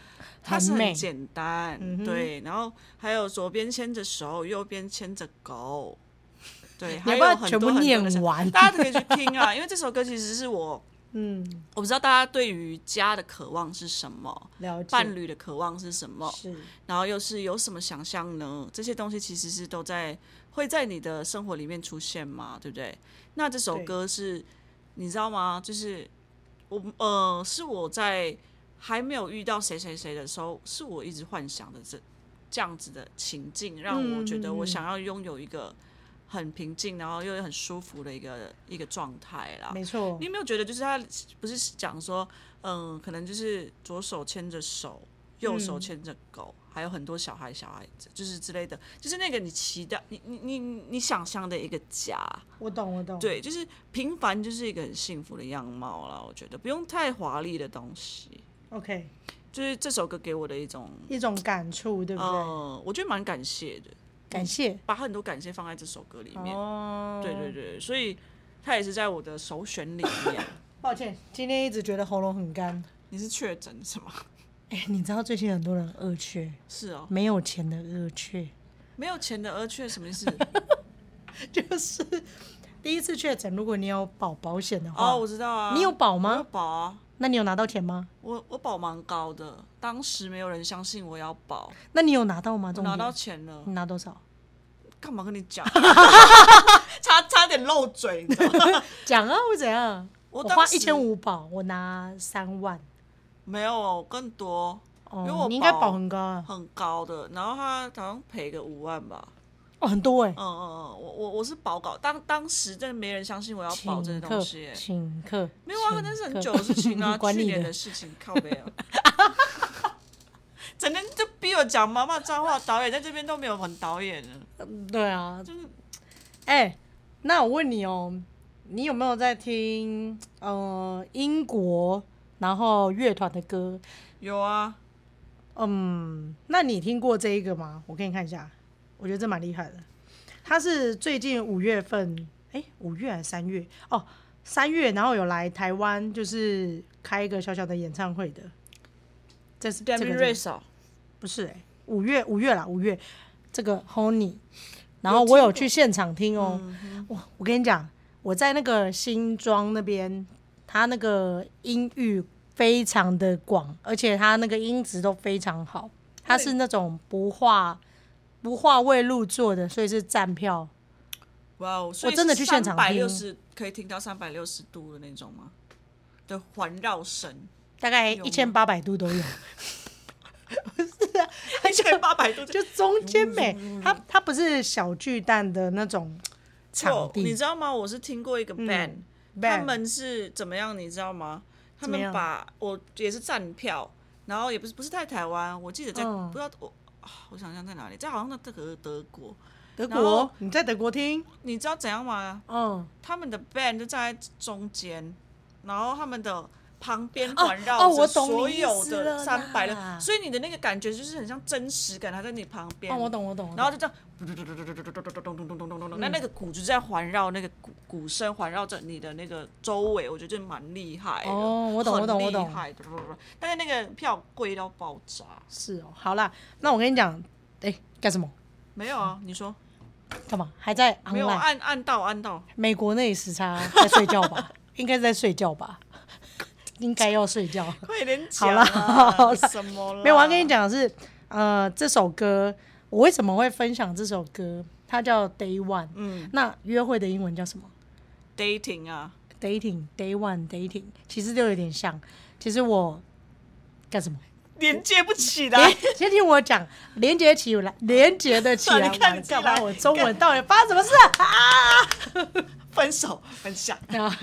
[SPEAKER 2] 它是
[SPEAKER 1] 很美嗯
[SPEAKER 2] 很简单，对。然后还有左边牵着手，右边牵着狗， 对，还
[SPEAKER 1] 要
[SPEAKER 2] 有
[SPEAKER 1] 不要
[SPEAKER 2] 很
[SPEAKER 1] 全部
[SPEAKER 2] 多很多
[SPEAKER 1] 念
[SPEAKER 2] 的想
[SPEAKER 1] 完
[SPEAKER 2] 大家可以去听啊，因为这首歌其实是我，
[SPEAKER 1] 嗯，
[SPEAKER 2] 我不知道大家对于家的渴望是什么，
[SPEAKER 1] 了解，
[SPEAKER 2] 伴侣的渴望是什么，
[SPEAKER 1] 是
[SPEAKER 2] 然后又是有什么想象呢？这些东西其实是都在会在你的生活里面出现嘛，对不对？那这首
[SPEAKER 1] 对
[SPEAKER 2] 歌是，你知道吗？就是我呃，是我在还没有遇到谁谁谁的时候，是我一直幻想的这这样子的情境，让我觉得我想要拥有一个很平静，然后又很舒服的一个一个状态啦。
[SPEAKER 1] 没错
[SPEAKER 2] 你，有没有觉得，就是他不是讲说，嗯，可能就是左手牵着手，右手牵着狗，还有很多小孩、小孩子，就是之类的，就是那个你期待、你你你你想象的一个家，
[SPEAKER 1] 我懂我懂，，
[SPEAKER 2] 对，就是平凡就是一个很幸福的样貌啦。我觉得不用太华丽的东西，
[SPEAKER 1] OK，
[SPEAKER 2] 就是这首歌给我的一种，
[SPEAKER 1] 一种感触，对不对？
[SPEAKER 2] 呃，我觉得蛮感谢的，
[SPEAKER 1] 感谢。
[SPEAKER 2] 把很多感谢放在这首歌里面。
[SPEAKER 1] 哦，
[SPEAKER 2] 对对对，所以它也是在我的首选里面。
[SPEAKER 1] 抱歉，今天一直觉得喉咙很干。
[SPEAKER 2] 你是确诊是吗？
[SPEAKER 1] 哎、你知道最近很多人恶缺，
[SPEAKER 2] 是哦，
[SPEAKER 1] 没有钱的恶缺，
[SPEAKER 2] 没有钱的而却什么意思？
[SPEAKER 1] 就是第一次确诊，如果你有保保险的话，
[SPEAKER 2] 哦，我知道啊。
[SPEAKER 1] 你有保
[SPEAKER 2] 我有
[SPEAKER 1] 吗？
[SPEAKER 2] 保啊，
[SPEAKER 1] 那你有拿到钱吗？
[SPEAKER 2] 我我保蛮高的，当时没有人相信我要保，
[SPEAKER 1] 那你有拿到吗？
[SPEAKER 2] 我
[SPEAKER 1] 重
[SPEAKER 2] 拿
[SPEAKER 1] 点
[SPEAKER 2] 到钱了
[SPEAKER 1] 你，拿多少？
[SPEAKER 2] 干嘛跟你 讲？差差点漏嘴，你知道吗？
[SPEAKER 1] 讲啊，会怎样？
[SPEAKER 2] 我
[SPEAKER 1] 我
[SPEAKER 2] 当
[SPEAKER 1] 花
[SPEAKER 2] 时
[SPEAKER 1] 一千五保，我拿三万。
[SPEAKER 2] 没有哦，更多因为
[SPEAKER 1] 哦
[SPEAKER 2] 我，
[SPEAKER 1] 你应该
[SPEAKER 2] 保
[SPEAKER 1] 保很高啊，
[SPEAKER 2] 很高的，然后他好像赔个五万吧。
[SPEAKER 1] 哦，很多哎、
[SPEAKER 2] 嗯嗯嗯，我我我是保稿，当当时真的没人相信我要保这
[SPEAKER 1] 请
[SPEAKER 2] 些
[SPEAKER 1] 客
[SPEAKER 2] 东西、欸，
[SPEAKER 1] 请客，
[SPEAKER 2] 没有啊，
[SPEAKER 1] 请
[SPEAKER 2] 那是很
[SPEAKER 1] 客
[SPEAKER 2] 久的事情啊，
[SPEAKER 1] 管
[SPEAKER 2] 去
[SPEAKER 1] 你
[SPEAKER 2] 年的事情，靠啊背啊。 整天就逼我讲妈妈脏话，导演在这边都没有很导演了，
[SPEAKER 1] 对啊，
[SPEAKER 2] 就是
[SPEAKER 1] 哎、那我问你哦，你有没有在听呃英国然后乐团的歌？
[SPEAKER 2] 有啊，
[SPEAKER 1] 嗯，那你听过这一个吗？我给你看一下，我觉得这蛮厉害的。它是最近五月份，哎、五月还是三月？哦，三月，然后有来台湾，就是开一个小小的演唱会的。这是这个、这个、
[SPEAKER 2] 少，
[SPEAKER 1] 不是哎、五月五月啦，五月这个 Honey，然
[SPEAKER 2] 有
[SPEAKER 1] 后
[SPEAKER 2] 听
[SPEAKER 1] 我有
[SPEAKER 2] 过嗯
[SPEAKER 1] 去现场听哦、哇，我跟你讲，我在那个新庄那边，它那个音域非常的广，而且它那个音质都非常好。它是那种不化不化未录做的，所以是站票。
[SPEAKER 2] 哇哦，
[SPEAKER 1] 我真的去现场
[SPEAKER 2] 百
[SPEAKER 1] 听
[SPEAKER 2] 六十可以听到三百六十度的那种吗？的环绕 声，
[SPEAKER 1] 大概
[SPEAKER 2] 有吗
[SPEAKER 1] 一千八百度都 有，
[SPEAKER 2] 一千八百度
[SPEAKER 1] 就中间
[SPEAKER 2] 嗯
[SPEAKER 1] 美，它它不是小巨蛋的那种场
[SPEAKER 2] 我你
[SPEAKER 1] 地嗯
[SPEAKER 2] 知，道吗？我是听过一个 band，、
[SPEAKER 1] band
[SPEAKER 2] 他们是怎么样？你知道吗？他
[SPEAKER 1] 怎么
[SPEAKER 2] 们
[SPEAKER 1] 样
[SPEAKER 2] 把我也是站票，然后也不是不是在台湾，我记得在、
[SPEAKER 1] 嗯
[SPEAKER 2] 不知道我啊我想想在哪里，在好像在德德国。
[SPEAKER 1] 德
[SPEAKER 2] 然后
[SPEAKER 1] 国，你在德国听，
[SPEAKER 2] 你知道怎样吗？
[SPEAKER 1] 嗯，
[SPEAKER 2] 他们的 band 就站在中间，然后他们的旁边
[SPEAKER 1] 哦
[SPEAKER 2] 环
[SPEAKER 1] 哦
[SPEAKER 2] 绕
[SPEAKER 1] 我
[SPEAKER 2] 着
[SPEAKER 1] 懂
[SPEAKER 2] 所
[SPEAKER 1] 你意
[SPEAKER 2] 有
[SPEAKER 1] 思
[SPEAKER 2] 的
[SPEAKER 1] 了
[SPEAKER 2] 三百
[SPEAKER 1] 啦
[SPEAKER 2] 六，所以你的那个感觉就是很像真实感，它在你旁边。
[SPEAKER 1] 哦，我懂，我懂，我懂
[SPEAKER 2] 然后就这样，那那个鼓就在环绕那个鼓鼓声环绕着你的那个周围，我觉得就蛮厉害的。
[SPEAKER 1] 哦我懂
[SPEAKER 2] 很
[SPEAKER 1] 我懂我懂
[SPEAKER 2] 厉害的，但是那个票贵到爆炸。
[SPEAKER 1] 是哦，好啦，那我跟你讲，哎、干什么？
[SPEAKER 2] 没有啊，你说
[SPEAKER 1] 干嘛？还在
[SPEAKER 2] 没有啊
[SPEAKER 1] online？、
[SPEAKER 2] 按按到按到，
[SPEAKER 1] 美国那里时差在睡觉吧？ 应该在睡觉吧？ 应该要睡 觉。
[SPEAKER 2] 快点讲
[SPEAKER 1] 好啦好
[SPEAKER 2] 啊！
[SPEAKER 1] 啦
[SPEAKER 2] 什么啦？
[SPEAKER 1] 没有，我要跟你讲的是，呃，这首歌我为什么会分享这首歌？它叫 Day One。嗯，那约会的英文叫什么？
[SPEAKER 2] dating 啊，
[SPEAKER 1] dating day one dating，其实都有点像。其实我干什么？
[SPEAKER 2] 连接不起
[SPEAKER 1] 连
[SPEAKER 2] 来。
[SPEAKER 1] 先听我讲，连接起来，连接 的起来，
[SPEAKER 2] 你看
[SPEAKER 1] 完了
[SPEAKER 2] 起来
[SPEAKER 1] 干嘛？我中文到底发生什么事啊？
[SPEAKER 2] 分手分享，
[SPEAKER 1] 啊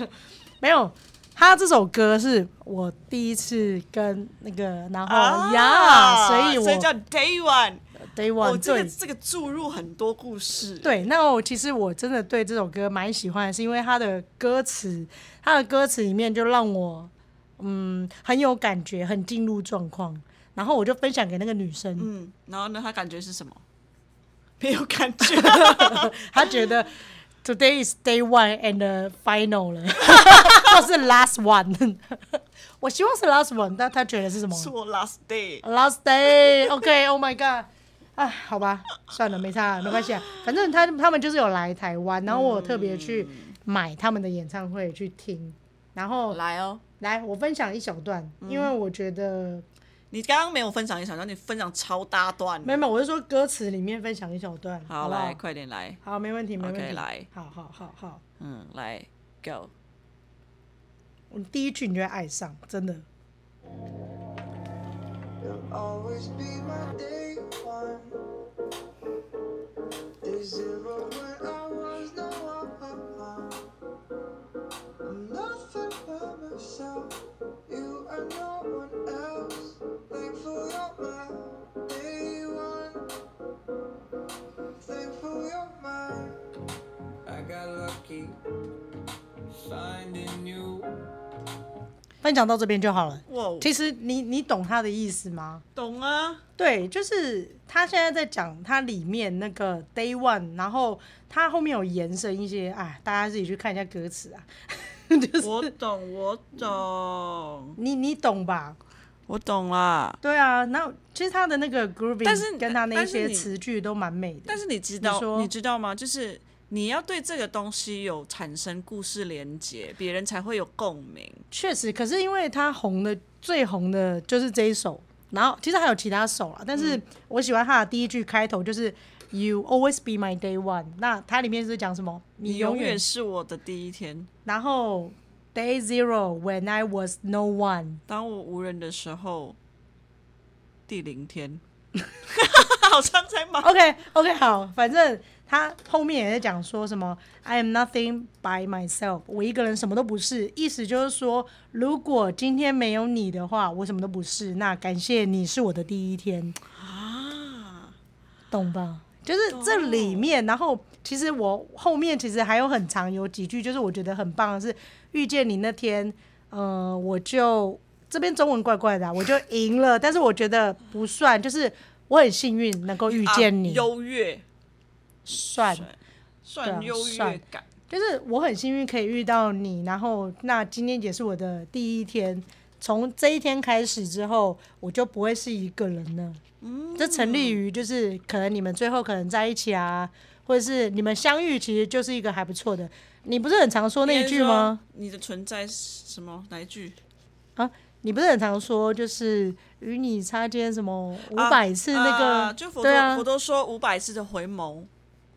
[SPEAKER 1] 没有，他这首歌是我第一次跟那个，然后呀，
[SPEAKER 2] 啊
[SPEAKER 1] 所以
[SPEAKER 2] 所以
[SPEAKER 1] 我
[SPEAKER 2] 叫 day one。
[SPEAKER 1] day
[SPEAKER 2] 我
[SPEAKER 1] one
[SPEAKER 2] 这个
[SPEAKER 1] 对
[SPEAKER 2] 这个注入很多故事。
[SPEAKER 1] 对，那我其实我真的对这首歌蛮喜欢的，是因为它的歌词，它的歌词里面就让我嗯很有感觉，很进入状况。然后我就分享给那个女生，
[SPEAKER 2] 嗯，然后呢，他感觉是什么？没有感 觉。
[SPEAKER 1] 她觉得 today is day one and the final 了， 或是 last one。我 希望是 last one，但她觉得是什么？
[SPEAKER 2] 是我 last day。
[SPEAKER 1] Last day, OK, Oh my god，啊，好吧，算了，没差，没关系啊，
[SPEAKER 2] 嗯
[SPEAKER 1] 反正他他们就是有来台湾，然后我有特别去买他们的演唱会去听，然后
[SPEAKER 2] 来哦，
[SPEAKER 1] 来我分享一小段，因为我觉
[SPEAKER 2] 嗯
[SPEAKER 1] 得
[SPEAKER 2] 你刚刚没有分享一小段，你分享超大段。
[SPEAKER 1] 没有，没有，我是说歌词里面分享一小段，好
[SPEAKER 2] 好，
[SPEAKER 1] 不好
[SPEAKER 2] 来，快点来，
[SPEAKER 1] 好，没问题，没问题
[SPEAKER 2] OK，来
[SPEAKER 1] 好好好好，
[SPEAKER 2] 嗯，来，go。
[SPEAKER 1] 我第一句你就会爱上，真的，
[SPEAKER 4] You'll always be my day one. Day zero when I was no one but one. I'm nothing but myself. You are no one else. Thankful you're my day one. Thankful you're mine. I got lucky finding you.
[SPEAKER 1] 分享到这边就好了。
[SPEAKER 2] 哇，
[SPEAKER 1] 其实你你懂他的意思吗？
[SPEAKER 2] 懂啊，
[SPEAKER 1] 对，就是他现在在讲他里面那个 day one，然后他后面有延伸一些，哎，大家自己去看一下歌词啊。
[SPEAKER 2] 我懂，我懂，
[SPEAKER 1] 你你懂吧？
[SPEAKER 2] 我懂啦。
[SPEAKER 1] 对啊，那其实他的那个 grooving，
[SPEAKER 2] 但是
[SPEAKER 1] 跟他那
[SPEAKER 2] 但是
[SPEAKER 1] 些
[SPEAKER 2] 你
[SPEAKER 1] 词句都蛮美的。
[SPEAKER 2] 但是你知
[SPEAKER 1] 你
[SPEAKER 2] 道，
[SPEAKER 1] 说
[SPEAKER 2] 你知道吗？就是你要对这个东西有产生故事连接，别人才会有共鸣。
[SPEAKER 1] 确实，可是因为他红的最红的就是这一首，然后其实还有其他首啦，但是
[SPEAKER 2] 嗯
[SPEAKER 1] 我喜欢他的第一句开头就是、You always be my day one。那它里面是讲什么？
[SPEAKER 2] 你永远。是我的第一天。
[SPEAKER 1] 然后 Day zero when I was no one。
[SPEAKER 2] 当我无人的时候，第零天， 好像在忙。
[SPEAKER 1] OK OK 好，反正他后面也在讲说什么 I am nothing by myself，我一个人什么都不是，意思就是说，如果今天没有你的话，我什么都不是。那感谢你是我的第一天懂吧？就是这里面，然后其实我后面其实还有很长有几句，就是我觉得很棒的是遇见你那天，呃，我就这边中文怪怪的啊、我就赢了，但是我觉得不算，就是我很幸运能够遇见
[SPEAKER 2] 啊
[SPEAKER 1] 你，
[SPEAKER 2] 优越
[SPEAKER 1] 算对啊
[SPEAKER 2] 算优越
[SPEAKER 1] 算
[SPEAKER 2] 感，
[SPEAKER 1] 就是我很幸运可以遇到你，然后那今天也是我的第一天，从这一天开始之后，我就不会是一个人了。嗯，这成立于就是可能你们最后可能在一起啊，或者是你们相遇，其实就是一个还不错的。你不是很常说那一句吗？
[SPEAKER 2] 别人说？你的存在是什么？哪一句？
[SPEAKER 1] 啊，你不是很常说就是与你擦肩什么五百次那个？
[SPEAKER 2] 啊就佛
[SPEAKER 1] 对
[SPEAKER 2] 陀、
[SPEAKER 1] 啊
[SPEAKER 2] 佛，陀说五百次的回眸，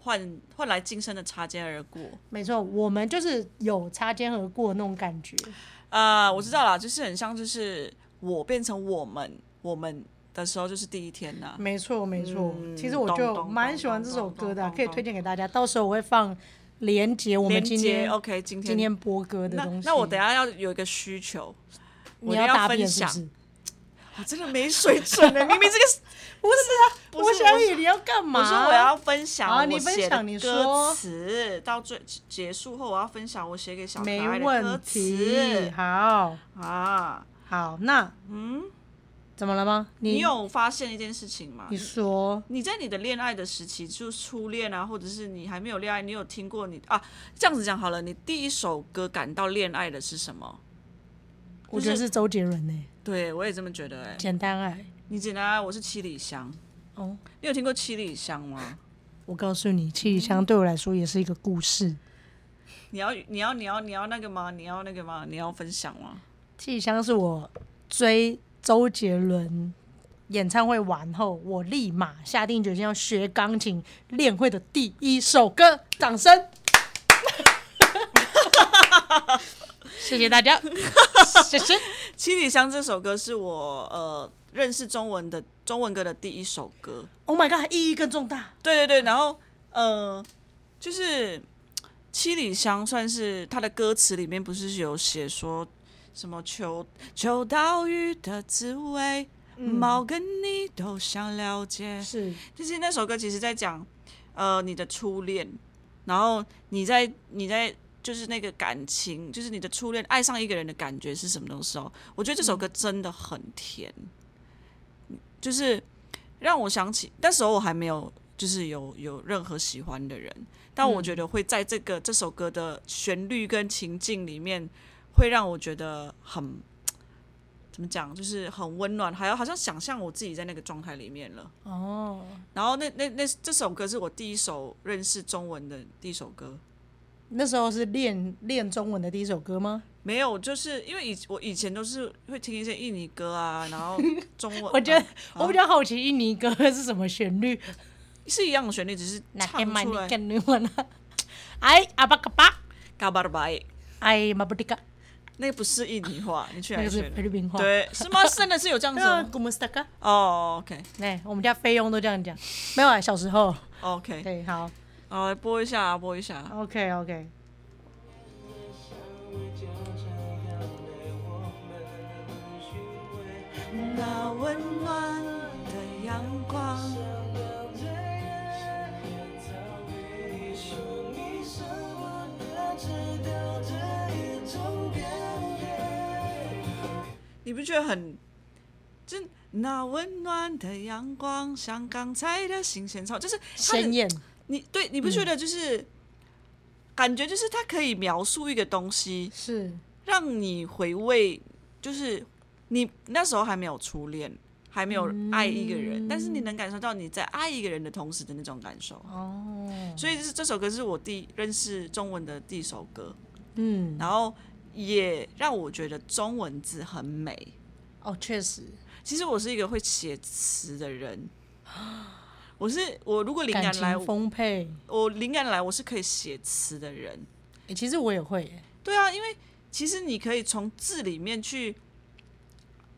[SPEAKER 2] 换换来今生的擦肩而过。
[SPEAKER 1] 没错，我们就是有擦肩而过那种感觉。
[SPEAKER 2] 啊，我知道啦，就是很像，就是我变成我们，我们的时候就是第一天呐、
[SPEAKER 1] 没错，没错。
[SPEAKER 2] 嗯
[SPEAKER 1] 其实我
[SPEAKER 2] 懂
[SPEAKER 1] 就
[SPEAKER 2] 懂
[SPEAKER 1] 蛮
[SPEAKER 2] 懂
[SPEAKER 1] 喜欢这
[SPEAKER 2] 懂
[SPEAKER 1] 首
[SPEAKER 2] 懂
[SPEAKER 1] 歌的啊、
[SPEAKER 2] 懂
[SPEAKER 1] 可以
[SPEAKER 2] 懂
[SPEAKER 1] 推荐给大家。到时候我会放连接我们
[SPEAKER 2] 连
[SPEAKER 1] 今
[SPEAKER 2] 接哦
[SPEAKER 1] 天
[SPEAKER 2] OK，今天
[SPEAKER 1] 今天播歌的
[SPEAKER 2] 那
[SPEAKER 1] 东西。
[SPEAKER 2] 那我等一下要有一个需求，
[SPEAKER 1] 你
[SPEAKER 2] 我要
[SPEAKER 1] 大
[SPEAKER 2] 分
[SPEAKER 1] 便是不
[SPEAKER 2] 享
[SPEAKER 1] 是？
[SPEAKER 2] 我真的没水准 呢、明明这个是
[SPEAKER 1] 不是啊，
[SPEAKER 2] 不
[SPEAKER 1] 我
[SPEAKER 2] 是
[SPEAKER 1] 想
[SPEAKER 2] 我
[SPEAKER 1] 你你要干嘛？
[SPEAKER 2] 我说我要分享
[SPEAKER 1] 好
[SPEAKER 2] 我
[SPEAKER 1] 你分
[SPEAKER 2] 写
[SPEAKER 1] 享你
[SPEAKER 2] 的
[SPEAKER 1] 说
[SPEAKER 2] 歌词，到最结束后我要分享我写给小可
[SPEAKER 1] 没
[SPEAKER 2] 爱的歌
[SPEAKER 1] 问题。
[SPEAKER 2] 词
[SPEAKER 1] 好，
[SPEAKER 2] 啊。
[SPEAKER 1] 好，那嗯，怎么了吗？
[SPEAKER 2] 你
[SPEAKER 1] 你
[SPEAKER 2] 有发现一件事情吗
[SPEAKER 1] 你？说
[SPEAKER 2] 你在你的恋爱的时期，就是初恋啊，或者是你还没有恋爱，你有听过你啊？这样子讲好了，你第一首歌感到恋爱的是什么？
[SPEAKER 1] 我觉得是周杰伦呢、
[SPEAKER 2] 对我也这么觉得哎、
[SPEAKER 1] 简单爱》
[SPEAKER 2] 你简单啊，我是七里香，
[SPEAKER 1] 哦。
[SPEAKER 2] 你有听过七里香吗？
[SPEAKER 1] 我告诉你，七里香对我来说也是一个故事。
[SPEAKER 2] 你要你要你要你要那个吗？你要那个吗？你要分享吗？
[SPEAKER 1] 气香是我追周杰伦演唱会完后，我立马下定决心要学钢琴练会的第一首歌，掌声！谢谢大家，谢谢。
[SPEAKER 2] 七里香这首歌是我呃认识中文的中文歌的第一首歌。
[SPEAKER 1] Oh my god，意义更重大。
[SPEAKER 2] 对对对，然后呃，就是《七里香》算是他的歌词里面不是有写说什么求求到鱼的滋味，猫跟你都想了解。
[SPEAKER 1] 是，
[SPEAKER 2] 就是那首歌其实在讲呃你的初恋，然后你在你在。就是那个感情，就是你的初恋爱上一个人的感觉是什么时候？我觉得这首歌真的很甜，就是让我想起那时候我还没有就是有有任何喜欢的人，但我觉得会在这个这首歌的旋律跟情境里面，会让我觉得很怎么讲，就是很温暖，还有好像想象我自己在那个状态里面了。
[SPEAKER 1] 哦，
[SPEAKER 2] 然后那那那这首歌是我第一首认识中文的第一首歌，
[SPEAKER 1] 那时候是练练中文的第一首歌吗？
[SPEAKER 2] 没有，就是因为以我以前都是会听一些印尼歌啊，然 后中文，
[SPEAKER 1] 我觉得
[SPEAKER 2] 啊
[SPEAKER 1] 我比较好奇印尼歌是什么旋律。
[SPEAKER 2] 是一样的旋律，只是
[SPEAKER 1] 哪
[SPEAKER 2] 唱
[SPEAKER 1] 天买
[SPEAKER 2] 出
[SPEAKER 1] 你
[SPEAKER 2] 来
[SPEAKER 1] 更牛呢？哎，阿巴嘎巴，
[SPEAKER 2] 嘎巴的白，
[SPEAKER 1] 哎，马布迪嘎，
[SPEAKER 2] 那个不是印尼话，你去
[SPEAKER 1] 那
[SPEAKER 2] 哪
[SPEAKER 1] 个
[SPEAKER 2] 里
[SPEAKER 1] 是
[SPEAKER 2] 学
[SPEAKER 1] 菲
[SPEAKER 2] 的？
[SPEAKER 1] 律宾话。
[SPEAKER 2] 对，是吗？真的是有这样子
[SPEAKER 1] 对啊
[SPEAKER 2] 吗？
[SPEAKER 1] ，Good m o s t a k a
[SPEAKER 2] 哦，OK，OK、
[SPEAKER 1] 哎，我们家菲佣都这样讲，没有啊，小时候。
[SPEAKER 2] o k OK，
[SPEAKER 1] 对，好
[SPEAKER 2] 好，来播一下啊，播一下啊。
[SPEAKER 1] ，OK OK，
[SPEAKER 4] 香味就这样被我们寻味。
[SPEAKER 2] 那温暖的阳光，不觉得很，就那温暖的阳光像刚才的新鲜草，就是它的
[SPEAKER 1] 鲜艳，
[SPEAKER 2] 你对你不觉得就是、感觉就是它可以描述一个东西，
[SPEAKER 1] 是
[SPEAKER 2] 让你回味，就是你那时候还没有初恋，还没有爱一个人，但是你能感受到你在爱一个人的同时的那种感受。
[SPEAKER 1] 哦，
[SPEAKER 2] 所以就是这首歌是我第认识中文的第一首歌，
[SPEAKER 1] 嗯，
[SPEAKER 2] 然后也让我觉得中文字很美。
[SPEAKER 1] 哦，确实，
[SPEAKER 2] 其实我是一个会写词的人，我是我如果灵
[SPEAKER 1] 感
[SPEAKER 2] 感来，
[SPEAKER 1] 情
[SPEAKER 2] 我
[SPEAKER 1] 丰沛。
[SPEAKER 2] 我灵感来我是可以写词的人。
[SPEAKER 1] 欸其实我也会耶，
[SPEAKER 2] 对啊，因为其实你可以从字里面去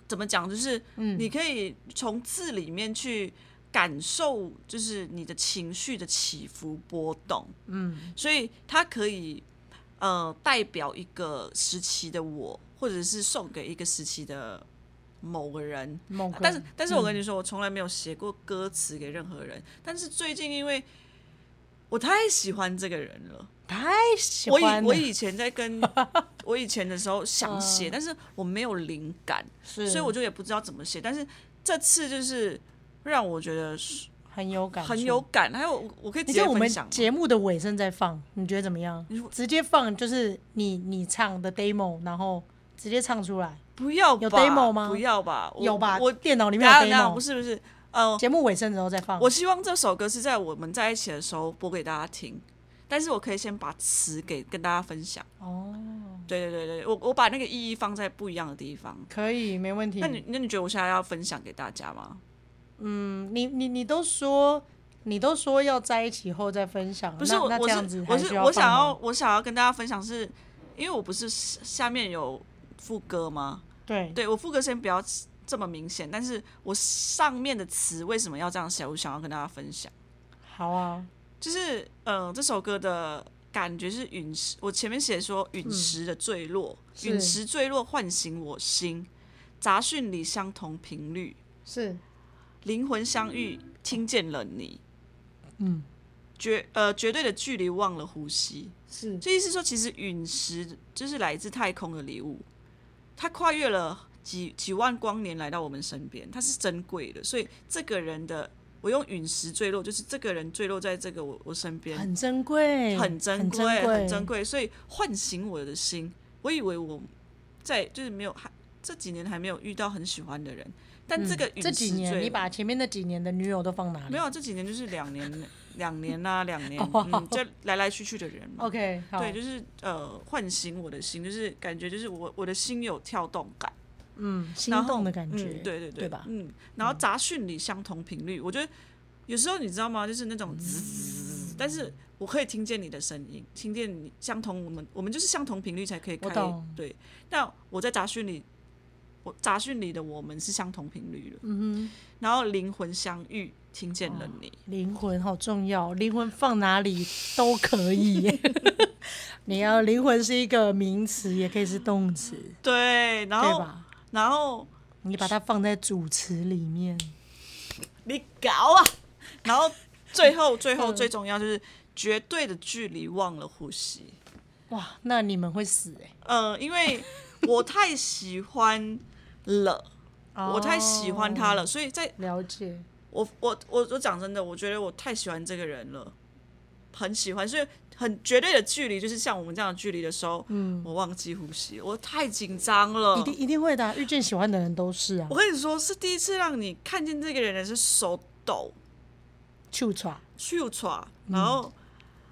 [SPEAKER 2] 怎么讲，就是
[SPEAKER 1] 嗯
[SPEAKER 2] 你可以从字里面去感受，就是你的情绪的起伏波动，
[SPEAKER 1] 嗯，
[SPEAKER 2] 所以它可以呃代表一个时期的我，或者是送给一个时期的某个人。
[SPEAKER 1] 某个
[SPEAKER 2] 但是，但是
[SPEAKER 1] 嗯
[SPEAKER 2] 我跟你说，我从来没有写过歌词给任何人。但是最近，因为我太喜欢这个人了，
[SPEAKER 1] 太喜
[SPEAKER 2] 我以
[SPEAKER 1] 欢
[SPEAKER 2] 我
[SPEAKER 1] 了
[SPEAKER 2] 以前在 跟我以前的时候想写，但是我没有灵感，
[SPEAKER 1] 嗯是，
[SPEAKER 2] 所以我就也不知道怎么写。但是这次就是让我觉得
[SPEAKER 1] 很有感，
[SPEAKER 2] 很有。感，还有我我可以直
[SPEAKER 1] 你在
[SPEAKER 2] 接
[SPEAKER 1] 我们
[SPEAKER 2] 分享吗。
[SPEAKER 1] 节目的尾声再放，你觉得怎么样
[SPEAKER 2] 你说？
[SPEAKER 1] 直接放就是你你唱的 demo，然后直接唱出来，
[SPEAKER 2] 不要吧
[SPEAKER 1] 有 demo 吗
[SPEAKER 2] 不要吧，我
[SPEAKER 1] 有吧？
[SPEAKER 2] 我
[SPEAKER 1] 电脑里面
[SPEAKER 2] 当
[SPEAKER 1] 有
[SPEAKER 2] 然当然不
[SPEAKER 1] demo，
[SPEAKER 2] 是不是，呃，
[SPEAKER 1] 节目尾声的时候再放。
[SPEAKER 2] 我希望这首歌是在我们在一起的时候播给大家听，但是我可以先把词给跟大家分享。
[SPEAKER 1] 哦，
[SPEAKER 2] 对对对对，我我把那个意义放在不一样的地方。
[SPEAKER 1] 可以，没问题
[SPEAKER 2] 那。你那你觉得我现在要分享给大家吗？
[SPEAKER 1] 嗯，你你你都说你都说要在一起后再分享，
[SPEAKER 2] 不是
[SPEAKER 1] 那
[SPEAKER 2] 我，
[SPEAKER 1] 那这
[SPEAKER 2] 我
[SPEAKER 1] 样子
[SPEAKER 2] 是
[SPEAKER 1] 还
[SPEAKER 2] 我
[SPEAKER 1] 需
[SPEAKER 2] 是
[SPEAKER 1] 要
[SPEAKER 2] 我想
[SPEAKER 1] 放吗
[SPEAKER 2] 要我想要跟大家分享是，因为我不是下下面有副歌吗？
[SPEAKER 1] 对
[SPEAKER 2] 对我副歌先不要这么明显，但是我上面的词为什么要这样写？我想要跟大家分享，
[SPEAKER 1] 好啊，
[SPEAKER 2] 就是嗯、呃这首歌的感觉是陨石，我前面写说陨石的坠落，
[SPEAKER 1] 嗯是
[SPEAKER 2] 陨、石坠落唤醒我心，杂讯里相同频率，
[SPEAKER 1] 是
[SPEAKER 2] 灵魂相遇，听见了你，
[SPEAKER 1] 嗯
[SPEAKER 2] 绝呃绝对的距离忘了呼吸。
[SPEAKER 1] 是
[SPEAKER 2] 这意思说，其实陨石就是来自太空的礼物，它跨越了几几万光年来到我们身边，它是珍贵的。所以这个人的，我用陨石坠落，就是这个人坠落在这个我我身边，
[SPEAKER 1] 很珍贵，
[SPEAKER 2] 很珍
[SPEAKER 1] 贵，
[SPEAKER 2] 贵，很珍。贵。所以唤醒我的心，我以为我在就是没有还这几年还没有遇到很喜欢的人，但这个
[SPEAKER 1] 嗯
[SPEAKER 2] 陨
[SPEAKER 1] 这
[SPEAKER 2] 石
[SPEAKER 1] 几
[SPEAKER 2] 坠
[SPEAKER 1] 年，你
[SPEAKER 2] 落。
[SPEAKER 1] 把前面那几年的女友都放哪里？
[SPEAKER 2] 没有，这几年就是两年，两年呐、两年，
[SPEAKER 1] 哦
[SPEAKER 2] 嗯，就来来去去的人嘛。
[SPEAKER 1] OK，好，
[SPEAKER 2] 对，就是呃，唤醒我的心，就是感觉就是我我的心有跳动感，
[SPEAKER 1] 嗯，心
[SPEAKER 2] 然后
[SPEAKER 1] 动的感觉，
[SPEAKER 2] 嗯、对对对，
[SPEAKER 1] 对吧
[SPEAKER 2] 嗯，然后杂讯里相同频率，我觉得有时候你知道吗？就是那种滋滋，但是我可以听见你的声音，听见你相同，我们我们就是相同频率才可以
[SPEAKER 1] 我
[SPEAKER 2] 开
[SPEAKER 1] 懂。
[SPEAKER 2] 对，那我在杂讯里，我杂讯里的我们是相同频率的，
[SPEAKER 1] 嗯
[SPEAKER 2] 然后灵魂相遇，听见了你。
[SPEAKER 1] 哼，灵魂好重要，灵魂放哪里都可 以。你要灵魂是一个名词，也可以是动词，
[SPEAKER 2] 对，然
[SPEAKER 1] 对
[SPEAKER 2] 后
[SPEAKER 1] 吧？
[SPEAKER 2] 然后
[SPEAKER 1] 你把它放在主词里面，
[SPEAKER 2] 你搞 啊！然后最后最后最重要就是绝对的距离忘了呼吸。
[SPEAKER 1] 哇，那你们会死哎、
[SPEAKER 2] 呃，因 为我太喜欢了，我太喜欢他了，所以在
[SPEAKER 1] 哦了解，
[SPEAKER 2] 我我我我讲真的，我觉得我太喜欢这个人了，很喜欢，所以很绝对的距离，就是像我们这样的距离的时候，
[SPEAKER 1] 嗯，
[SPEAKER 2] 我忘记呼吸，我太紧张了
[SPEAKER 1] 一。定一定会的啊、遇见喜欢的人都是啊
[SPEAKER 2] 嗯我，跟你说，是第一次让你看见这个人的是手抖。
[SPEAKER 1] 就抓
[SPEAKER 2] 去耍，然后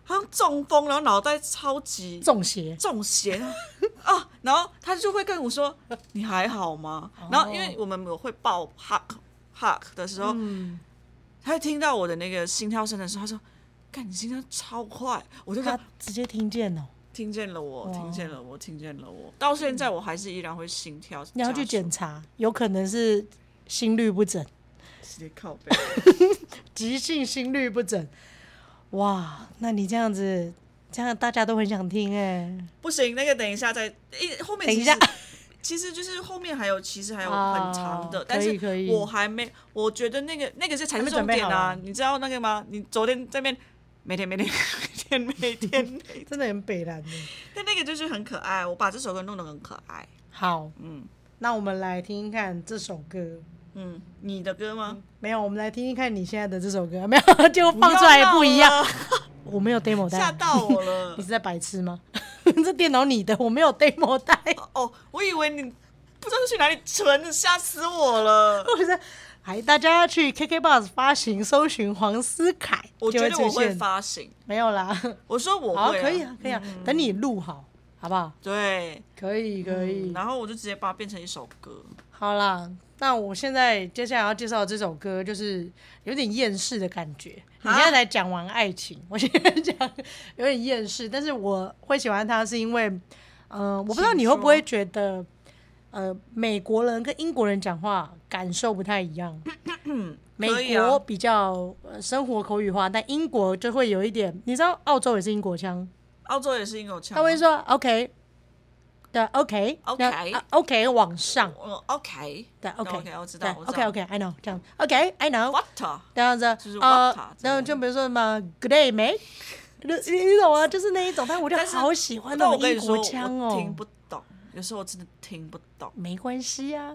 [SPEAKER 2] 好像中风，然后脑袋超级
[SPEAKER 1] 中邪，
[SPEAKER 2] 中邪 啊，然后他就会跟我说：“你还好吗？”然后因为我们有会抱 hug hug 的时候，
[SPEAKER 1] 嗯，
[SPEAKER 2] 他听到我的那个心跳声的时候，他说：“干，你心跳超快！”我就
[SPEAKER 1] 他
[SPEAKER 2] 说
[SPEAKER 1] 直接听见哦了，
[SPEAKER 2] 听见了我，
[SPEAKER 1] 哇
[SPEAKER 2] 听见了我，听见了我。到现在我还是依然会心跳加速，
[SPEAKER 1] 你要去检查，有可能是心律不整。
[SPEAKER 2] 直接靠背。
[SPEAKER 1] 急性心律不整。哇，那你这样子，这样大家都很想听哎、
[SPEAKER 2] 不行，那个等一下再一后面
[SPEAKER 1] 等
[SPEAKER 2] 其
[SPEAKER 1] 一
[SPEAKER 2] 实。
[SPEAKER 1] 下
[SPEAKER 2] 其实就是后面还有，其实还有很长的，
[SPEAKER 1] 哦
[SPEAKER 2] 但
[SPEAKER 1] 可以可
[SPEAKER 2] 是
[SPEAKER 1] 以
[SPEAKER 2] 我还没，我觉得那个那个是才
[SPEAKER 1] 还
[SPEAKER 2] 是
[SPEAKER 1] 没
[SPEAKER 2] 重
[SPEAKER 1] 准备
[SPEAKER 2] 点
[SPEAKER 1] 好
[SPEAKER 2] 啊
[SPEAKER 1] 啊！
[SPEAKER 2] 你知道那个吗？你昨天在那边每天每天每天每天，
[SPEAKER 1] 真的很北蓝的。
[SPEAKER 2] 但那个就是很可爱，我把这首歌弄得很可爱。
[SPEAKER 1] 好，
[SPEAKER 2] 嗯，
[SPEAKER 1] 那我们来听听看这首歌。
[SPEAKER 2] 嗯，你的歌吗？
[SPEAKER 1] 没有，我们来听听看你现在的这首歌， 没有就放出来也不一样。 我没有 demo 带，
[SPEAKER 2] 吓到我了
[SPEAKER 1] 你。是在白痴吗？ 这电脑你的，我没有 demo 带。
[SPEAKER 2] 哦，我以为你不知道去哪里存的，吓死我了。
[SPEAKER 1] 或者是，哎，大家去 KKBox 发行搜寻黄思凯，
[SPEAKER 2] 我
[SPEAKER 1] 就
[SPEAKER 2] 觉
[SPEAKER 1] 会
[SPEAKER 2] 得
[SPEAKER 1] 出
[SPEAKER 2] 我会
[SPEAKER 1] 现。
[SPEAKER 2] 发行，
[SPEAKER 1] 没有啦，
[SPEAKER 2] 我说我
[SPEAKER 1] 好，
[SPEAKER 2] 会、
[SPEAKER 1] 可以啊，可以啊，等你录好，好不好？
[SPEAKER 2] 对，
[SPEAKER 1] 可以，可以。
[SPEAKER 2] 然后我就直接把它变成一首歌。
[SPEAKER 1] 好啦，那我现在接下来要介绍的这首歌，就是有点厌世的感觉。
[SPEAKER 2] 啊
[SPEAKER 1] 你现在才讲完爱情， 我现在讲有点厌世，但是我会喜欢它是因为，呃，我不知道你会不会觉得，呃，美国人跟英国人讲话感受不太 一样。美
[SPEAKER 2] 可以啊
[SPEAKER 1] 国比较呃生活口语化，但英国就会有一点，你知道澳洲也是英国腔，
[SPEAKER 2] 澳洲也是英国腔
[SPEAKER 1] 他
[SPEAKER 2] 吗，
[SPEAKER 1] 会说 OK 的 OK 那
[SPEAKER 2] OK
[SPEAKER 1] 啊 OK 往上。
[SPEAKER 2] 嗯 OK，
[SPEAKER 1] 对，OK，
[SPEAKER 2] 那 OK，我知
[SPEAKER 1] 对
[SPEAKER 2] 道，我知道。
[SPEAKER 1] ，OK OK，I know，这样，OK，I know，
[SPEAKER 2] What？
[SPEAKER 1] 这样子
[SPEAKER 2] 就是，
[SPEAKER 1] 呃
[SPEAKER 2] what 啊，
[SPEAKER 1] 然后
[SPEAKER 2] 这
[SPEAKER 1] 就
[SPEAKER 2] 种
[SPEAKER 1] 比如说什么 Good day mate，你 你懂吗？就是那一种，但我就
[SPEAKER 2] 但是
[SPEAKER 1] 好喜欢
[SPEAKER 2] 但
[SPEAKER 1] 那
[SPEAKER 2] 我
[SPEAKER 1] 种
[SPEAKER 2] 跟
[SPEAKER 1] 英
[SPEAKER 2] 你说，
[SPEAKER 1] 国
[SPEAKER 2] 我
[SPEAKER 1] 腔
[SPEAKER 2] 听
[SPEAKER 1] 哦，
[SPEAKER 2] 不懂，有时候我真的听不懂。
[SPEAKER 1] 没关系啊，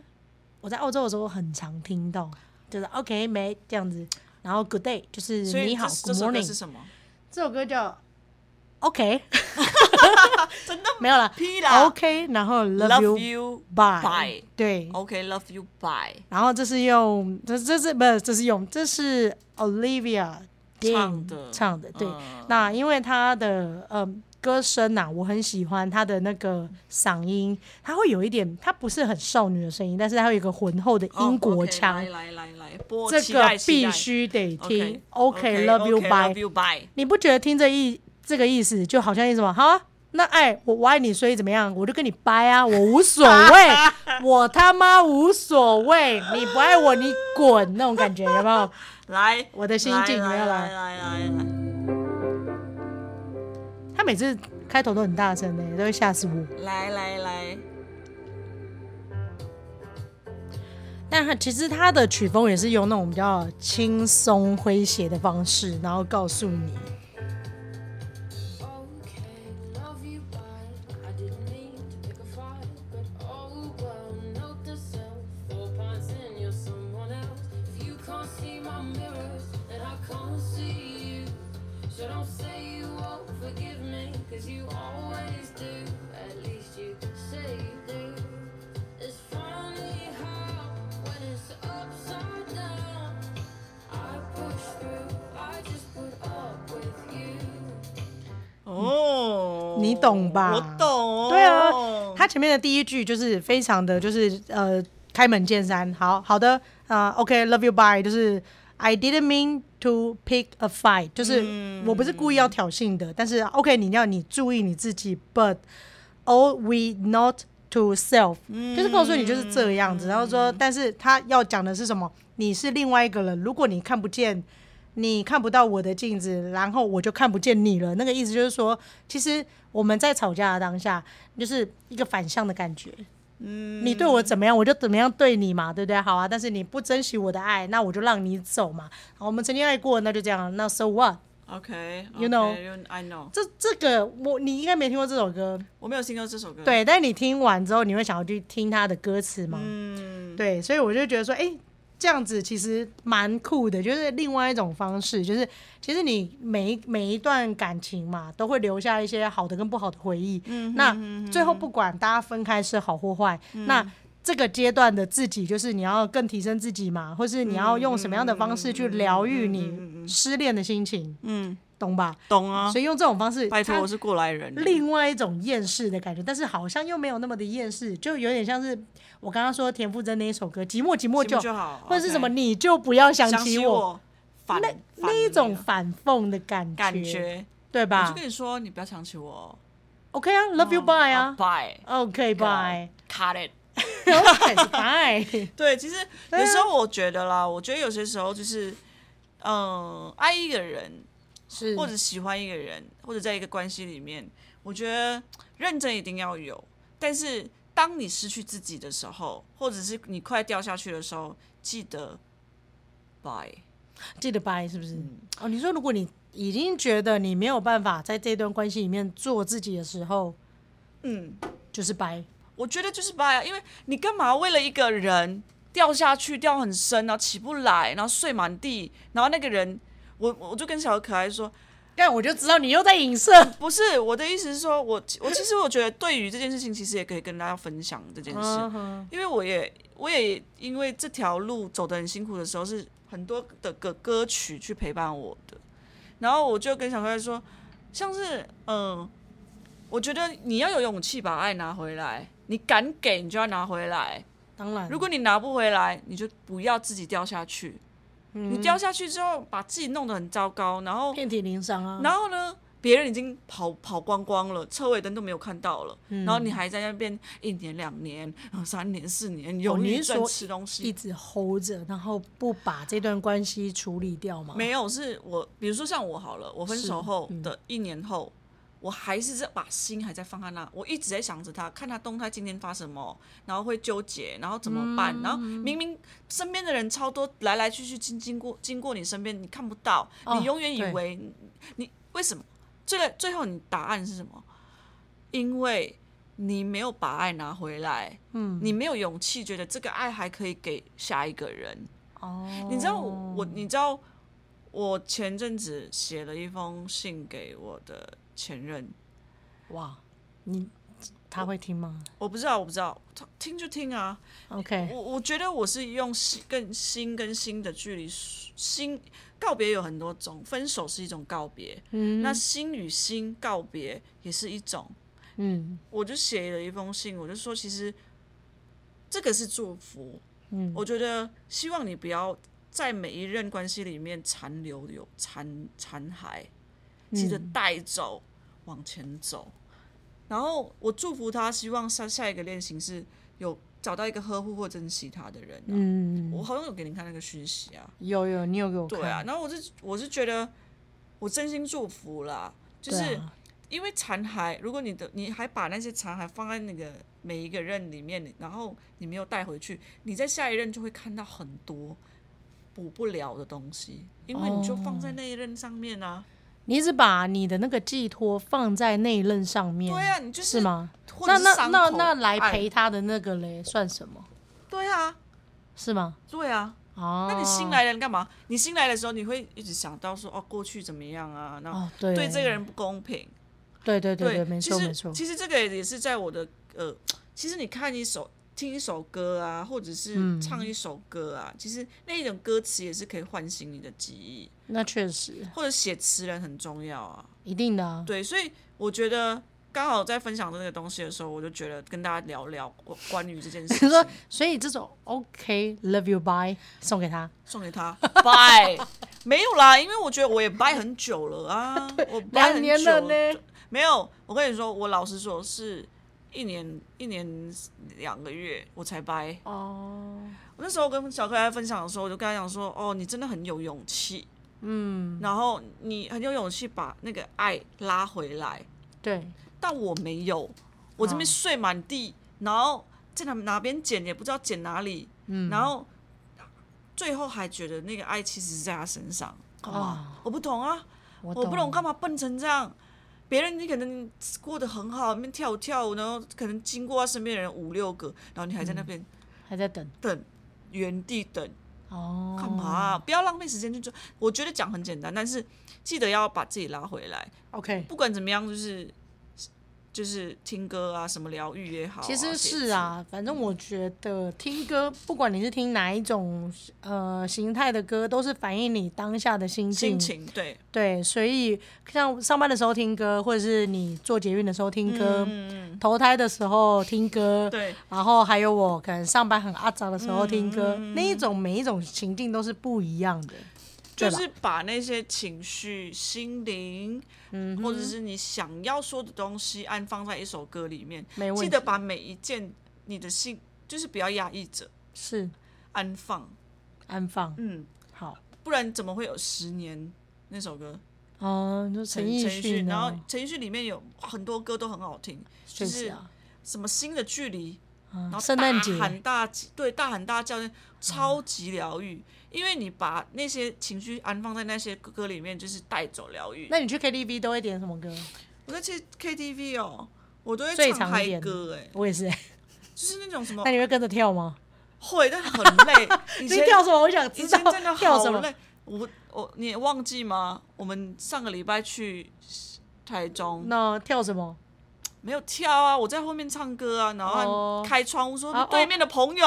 [SPEAKER 1] 我在澳洲的时候很常听到，就是 OK mate 这样子，然后 Good day 就是
[SPEAKER 2] 所以
[SPEAKER 1] 你
[SPEAKER 2] 这
[SPEAKER 1] 好
[SPEAKER 2] 这
[SPEAKER 1] ，Good
[SPEAKER 2] 首歌是
[SPEAKER 1] morning，
[SPEAKER 2] 什么？
[SPEAKER 1] 这首歌叫 OK，
[SPEAKER 2] 真的
[SPEAKER 1] 没有啦
[SPEAKER 2] 屁啦
[SPEAKER 1] o k 然后
[SPEAKER 2] Love
[SPEAKER 1] Love You
[SPEAKER 2] you
[SPEAKER 1] Bye，对
[SPEAKER 2] OK，Love you bye，
[SPEAKER 1] 然后这是用这这是不是这是用这是 Olivia Dean
[SPEAKER 2] 唱的
[SPEAKER 1] 唱的对。
[SPEAKER 2] 嗯
[SPEAKER 1] 那因为她的嗯歌声呐、我很喜欢她的那个嗓音，她会有一点，她不是很少女的声音，但是她会有一个浑厚的英国腔。
[SPEAKER 2] 哦，OK，来来来来，播
[SPEAKER 1] 这
[SPEAKER 2] 期
[SPEAKER 1] 个
[SPEAKER 2] 待期
[SPEAKER 1] 必
[SPEAKER 2] 待
[SPEAKER 1] 须得听
[SPEAKER 2] OK，
[SPEAKER 1] ，OK love you
[SPEAKER 2] OK，Love
[SPEAKER 1] bye，
[SPEAKER 2] you bye。
[SPEAKER 1] 你不觉得听这意这个意思就好像一什么好啊？那爱我我爱你，所以怎么样？我就跟你掰啊，我无所谓，我他妈无所谓，你不爱我你滚那种感觉，有没有？
[SPEAKER 2] 来，
[SPEAKER 1] 我的心境
[SPEAKER 2] 来
[SPEAKER 1] 没有啦
[SPEAKER 2] 来来来来，
[SPEAKER 1] 他每次开头都很大声的、都会吓死我。
[SPEAKER 2] 来来来，
[SPEAKER 1] 但他其实他的曲风也是用那种比较轻松诙谐的方式，然后告诉你，
[SPEAKER 5] Okay, love you, bye. I didn't mean to pick a fight, but oh well. Note to self, four pints in, you're someone else. If you can't see my mirrors, then I can't see you. So don't say you won't forgive me, cause you always do. At least you say you do. It's funny how, when it's upside down, I push through. I just put up with you.
[SPEAKER 2] 哦，
[SPEAKER 1] 你懂吧
[SPEAKER 2] 我懂，哦
[SPEAKER 1] 对啊，他前面的第一句就是非常的，就是呃开门见山，好好的，呃，OK，love、you bye，就是 I didn't mean to pick a fight，就是我不是故意要挑衅的，但是 OK，你要你注意你自己，but all we not to self，、就是告诉你就是这样子，然后说，但是他要讲的是什么？你是另外一个人，如果你看不见。你看不到我的镜子，然后我就看不见你了。那个意思就是说，其实我们在吵架的当下，就是一个反向的感觉。嗯，你对我怎么样，我就怎么样对你嘛，对不对？好啊，但是你不珍惜我的爱，那我就让你走嘛。好，我们曾经爱过，那就这样。那 so what？
[SPEAKER 2] OK，you
[SPEAKER 1] You know
[SPEAKER 2] I know，
[SPEAKER 1] 这这个我你应该没听过这首歌，
[SPEAKER 2] 我没有听过这首歌，，
[SPEAKER 1] 对。但是你听完之后，你会想要去听它的歌词吗？
[SPEAKER 2] 嗯，
[SPEAKER 1] 对，所以我就觉得说，哎、这样子其实蛮酷的，就是另外一种方式，就是其实你每一每一段感情嘛，都会留下一些好的跟不好的回忆。嗯，那最后不管大家分开是好或坏，那。这个阶段的自己，就是你要更提升自己嘛，或是你要用什么样的方式去疗愈你失恋的心情，
[SPEAKER 2] 嗯，
[SPEAKER 1] 懂吧？
[SPEAKER 2] 懂啊
[SPEAKER 1] 所，以用这种方式，
[SPEAKER 2] 拜托，
[SPEAKER 1] 它
[SPEAKER 2] 我是过来人，
[SPEAKER 1] 另外一种厌世的感觉，但是好像又没有那么的厌世，就有点像是我刚刚说田馥甄那一首歌《寂寞寂寞
[SPEAKER 2] 寂
[SPEAKER 1] 就
[SPEAKER 2] 寞就好
[SPEAKER 1] 或者是什么
[SPEAKER 2] OK
[SPEAKER 1] 你就不要想
[SPEAKER 2] 想
[SPEAKER 1] 起
[SPEAKER 2] 起我，反
[SPEAKER 1] 那
[SPEAKER 2] 反
[SPEAKER 1] 那一种
[SPEAKER 2] 了
[SPEAKER 1] 反讽的感觉，
[SPEAKER 2] 感觉，嗯
[SPEAKER 1] 对
[SPEAKER 2] 我就
[SPEAKER 1] 吧
[SPEAKER 2] 跟你说，你不要想起我哦。
[SPEAKER 1] ？OK 啊，Love you bye 啊
[SPEAKER 2] ，Bye，
[SPEAKER 1] ，OK bye，啊
[SPEAKER 2] ，Cut it。
[SPEAKER 1] OK bye，
[SPEAKER 2] 对，其实有时候我觉得啦，我觉得有些时候就是，嗯，爱一个人，
[SPEAKER 1] 是
[SPEAKER 2] 或者喜欢一个人，或者在一个关系里面，我觉得认真一定要有。但是当你失去自己的时候，或者是你快掉下去的时候，记得 bye。
[SPEAKER 1] 记得 bye 是不是？
[SPEAKER 2] 嗯
[SPEAKER 1] 哦，你说如果你已经觉得你没有办法在这段关系里面做自己的时候，
[SPEAKER 2] 嗯，
[SPEAKER 1] 就是 bye。
[SPEAKER 2] 我觉得就是吧，因为你干嘛为了一个人掉下去，掉很深，然后起不来，然后睡满地，然后那个人，我我就跟小可爱说，
[SPEAKER 1] 但我就知道你又在影射。
[SPEAKER 2] 不是我的意思是说，我我其实我觉得对于这件事情，其实也可以跟大家分享这件事，因为我也我也因为这条路走得很辛苦的时候，是很多的歌歌曲去陪伴我的。然后我就跟小帅说，像是嗯、呃我觉得你要有勇气把爱拿回来，你敢给，你就要拿回来。
[SPEAKER 1] 当然，
[SPEAKER 2] 如果你拿不回来，你就不要自己掉下去。你掉下去之后，把自己弄得很糟糕，然后
[SPEAKER 1] 遍体鳞伤啊，
[SPEAKER 2] 然后呢，别人已经跑跑光光了，车尾灯都没有看到了，
[SPEAKER 1] 嗯
[SPEAKER 2] 然后你还在那边一年、两年、然后三年、四年，犹
[SPEAKER 1] 哦你
[SPEAKER 2] 豫
[SPEAKER 1] 是
[SPEAKER 2] 症
[SPEAKER 1] 说
[SPEAKER 2] 吃东西
[SPEAKER 1] 一，直 hold 着，然后不把这段关系处理掉嘛？
[SPEAKER 2] 没有，是我，比如说像我好了，我分手后
[SPEAKER 1] 嗯
[SPEAKER 2] 的一年后，我还是在把心还在放在那，我一直在想着他，看他动态今天发什么，然后会纠结，然后怎么办？
[SPEAKER 1] 嗯
[SPEAKER 2] 然后明明身边的人超多，来来去去经经过经过你身边，你看不到，
[SPEAKER 1] 哦
[SPEAKER 2] 你永远以
[SPEAKER 1] 对
[SPEAKER 2] 为你你为什么？最后最后你答案是什么？因为你没有把爱拿回来，
[SPEAKER 1] 嗯，
[SPEAKER 2] 你没有勇气觉得这个爱还可以给下一个人，
[SPEAKER 1] 哦，
[SPEAKER 2] 你知道我我你知道我前阵子写了一封信给我的前任，
[SPEAKER 1] 哇，你他会听吗
[SPEAKER 2] 我不知道我不知道，他听就听啊。
[SPEAKER 1] ？OK，
[SPEAKER 2] 我我觉得我是用心跟心跟心的距离，心告别有很多种，分手是一种告别，
[SPEAKER 1] 嗯
[SPEAKER 2] 那心与心告别也是一种。
[SPEAKER 1] 嗯
[SPEAKER 2] 我就写了一封信，我就说其实这个是祝福，
[SPEAKER 1] 嗯，
[SPEAKER 2] 我觉得希望你不要在每一任关系里面残留有残残骸，记得
[SPEAKER 1] 嗯
[SPEAKER 2] 带走，往前走。然后我祝福他，希望下下一个恋情是有找到一个呵护或珍惜他的人、啊。
[SPEAKER 1] 嗯，
[SPEAKER 2] 我好像有给你看那个讯息啊，
[SPEAKER 1] 有有，你有给我看
[SPEAKER 2] 对啊。然后我是我是觉得，我真心祝福啦，就
[SPEAKER 1] 对
[SPEAKER 2] 是
[SPEAKER 1] 啊
[SPEAKER 2] 因为残骸，如果你的你还把那些残骸放在那个每一个任里面，然后你没有带回去，你在下一任就会看到很多补不了的东西，因为你就放
[SPEAKER 1] 哦
[SPEAKER 2] 在那一任上面啊。
[SPEAKER 1] 你一直把你的那个寄托放在那一任上面，
[SPEAKER 2] 对啊，你就是
[SPEAKER 1] 嗯吗？
[SPEAKER 2] 或者
[SPEAKER 1] 那
[SPEAKER 2] 是
[SPEAKER 1] 那
[SPEAKER 2] 伤
[SPEAKER 1] 那
[SPEAKER 2] 口
[SPEAKER 1] 那来
[SPEAKER 2] 爱
[SPEAKER 1] 陪他的那个嘞，算什么？
[SPEAKER 2] 对啊，
[SPEAKER 1] 是吗？
[SPEAKER 2] 对啊。
[SPEAKER 1] 哦，
[SPEAKER 2] 那你新来的人干嘛？你新来的时候，你会一直想到说哦，过去怎么样啊？然后
[SPEAKER 1] 哦，对
[SPEAKER 2] 对这个人不公平。
[SPEAKER 1] 对对对对，没
[SPEAKER 2] 其
[SPEAKER 1] 错
[SPEAKER 2] 实
[SPEAKER 1] 没错，
[SPEAKER 2] 其实这个也是在我的呃，其实你看一首听一首歌啊，或者是
[SPEAKER 1] 嗯
[SPEAKER 2] 唱一首歌啊，其实那一种歌词也是可以唤醒你的记忆，
[SPEAKER 1] 那确实
[SPEAKER 2] 或者写词人很重要啊。
[SPEAKER 1] 一定的啊，
[SPEAKER 2] 对，所以我觉得刚好在分享这个东西的时候，我就觉得跟大家聊聊关关于这件事
[SPEAKER 1] 你
[SPEAKER 2] 情，
[SPEAKER 1] 说，所以这种 OK love you bye 送给他，
[SPEAKER 2] 送给他拜。 没有啦，因为我觉得我也掰很久了啊，我掰
[SPEAKER 1] 两
[SPEAKER 2] 很
[SPEAKER 1] 年
[SPEAKER 2] 久
[SPEAKER 1] 了呢，
[SPEAKER 2] 没有，我跟你说，我老实说是一年一年两个月我才掰。
[SPEAKER 1] 哦，
[SPEAKER 2] 我那时候跟小可爱分享的时候，我就跟他讲说，哦，你真的很有勇气，
[SPEAKER 1] 嗯，
[SPEAKER 2] 然后你很有勇气把那个爱拉回来，
[SPEAKER 1] 对，
[SPEAKER 2] 但我没有，我这边
[SPEAKER 1] 嗯
[SPEAKER 2] 睡满地，然后在哪哪边捡也不知道捡哪里，
[SPEAKER 1] 嗯，
[SPEAKER 2] 然后最后还觉得那个爱其实是在他身上，干嘛？我不懂啊，
[SPEAKER 1] 我
[SPEAKER 2] 我不懂干
[SPEAKER 1] 嘛，
[SPEAKER 2] 嘛笨成这样。别人你可能过得很好，那边跳舞跳舞，然后可能经过他身边的人五六个，然后你还在那边
[SPEAKER 1] 还在等
[SPEAKER 2] 等，原地等，
[SPEAKER 1] 哦，
[SPEAKER 2] 干嘛啊、不要浪费时间去做。我觉得讲很简单，但是记得要把自己拉回来。
[SPEAKER 1] ？OK，
[SPEAKER 2] 不管怎么样，就是就是听歌啊，什么疗愈也好、
[SPEAKER 1] 其实是，啊，反正我觉得听歌，不管你是听哪一种呃形态的歌，都是反映你当下的心
[SPEAKER 2] 写字心
[SPEAKER 1] 境。
[SPEAKER 2] 情对，
[SPEAKER 1] 对，所以像上班的时候听歌，或者是你做捷运的时候听歌，
[SPEAKER 2] 嗯，
[SPEAKER 1] 投胎的时候听歌，
[SPEAKER 2] 对，
[SPEAKER 1] 然后还有我可能上班很阿杂的时候听歌，
[SPEAKER 2] 嗯
[SPEAKER 1] 那一种每一种情境都是不一样的。
[SPEAKER 2] 就
[SPEAKER 1] 对吧
[SPEAKER 2] 是把那些情绪、心灵，嗯，或者是你想要说的东西，安放在一首歌里面。
[SPEAKER 1] 没问
[SPEAKER 2] 记
[SPEAKER 1] 题，
[SPEAKER 2] 得把每一件你的心，就是不要压抑着，
[SPEAKER 1] 是
[SPEAKER 2] 安放，
[SPEAKER 1] 安放
[SPEAKER 2] 嗯，
[SPEAKER 1] 好。
[SPEAKER 2] 不然怎么会有十年那首歌？
[SPEAKER 1] 哦，你说陈
[SPEAKER 2] 陈
[SPEAKER 1] 奕
[SPEAKER 2] 奕迅，
[SPEAKER 1] 迅
[SPEAKER 2] 然后
[SPEAKER 1] 哦，
[SPEAKER 2] 陈奕迅里面有很多歌都很好听，
[SPEAKER 1] 确
[SPEAKER 2] 就是
[SPEAKER 1] 实啊，
[SPEAKER 2] 什么新的距离，
[SPEAKER 1] 嗯
[SPEAKER 2] 然后
[SPEAKER 1] 圣诞节
[SPEAKER 2] 大喊大对大喊大叫，超级疗
[SPEAKER 1] 嗯
[SPEAKER 2] 愈。因为你把那些情绪安放在那些歌里面，就是带走疗愈。
[SPEAKER 1] 那你去 KTV 都会点什么歌？
[SPEAKER 2] 我在去 KTV 哦，我都会
[SPEAKER 1] 最
[SPEAKER 2] 唱
[SPEAKER 1] 常
[SPEAKER 2] 嗨
[SPEAKER 1] 点的
[SPEAKER 2] 歌哎、
[SPEAKER 1] 我也是、
[SPEAKER 2] 就是那种什么
[SPEAKER 1] 那你会跟着跳吗？
[SPEAKER 2] 会，但很累。以
[SPEAKER 1] 你
[SPEAKER 2] 前
[SPEAKER 1] 跳什么？我想
[SPEAKER 2] 以
[SPEAKER 1] 知
[SPEAKER 2] 前
[SPEAKER 1] 道
[SPEAKER 2] 真的
[SPEAKER 1] 跳什
[SPEAKER 2] 好
[SPEAKER 1] 么。
[SPEAKER 2] 累。我我你也忘记吗？我们上个礼拜去台中，
[SPEAKER 1] 那跳什么？
[SPEAKER 2] 没有跳啊，我在后面唱歌啊，然后
[SPEAKER 1] 哦
[SPEAKER 2] 开窗户说、
[SPEAKER 1] 啊哦
[SPEAKER 2] 对面的朋友，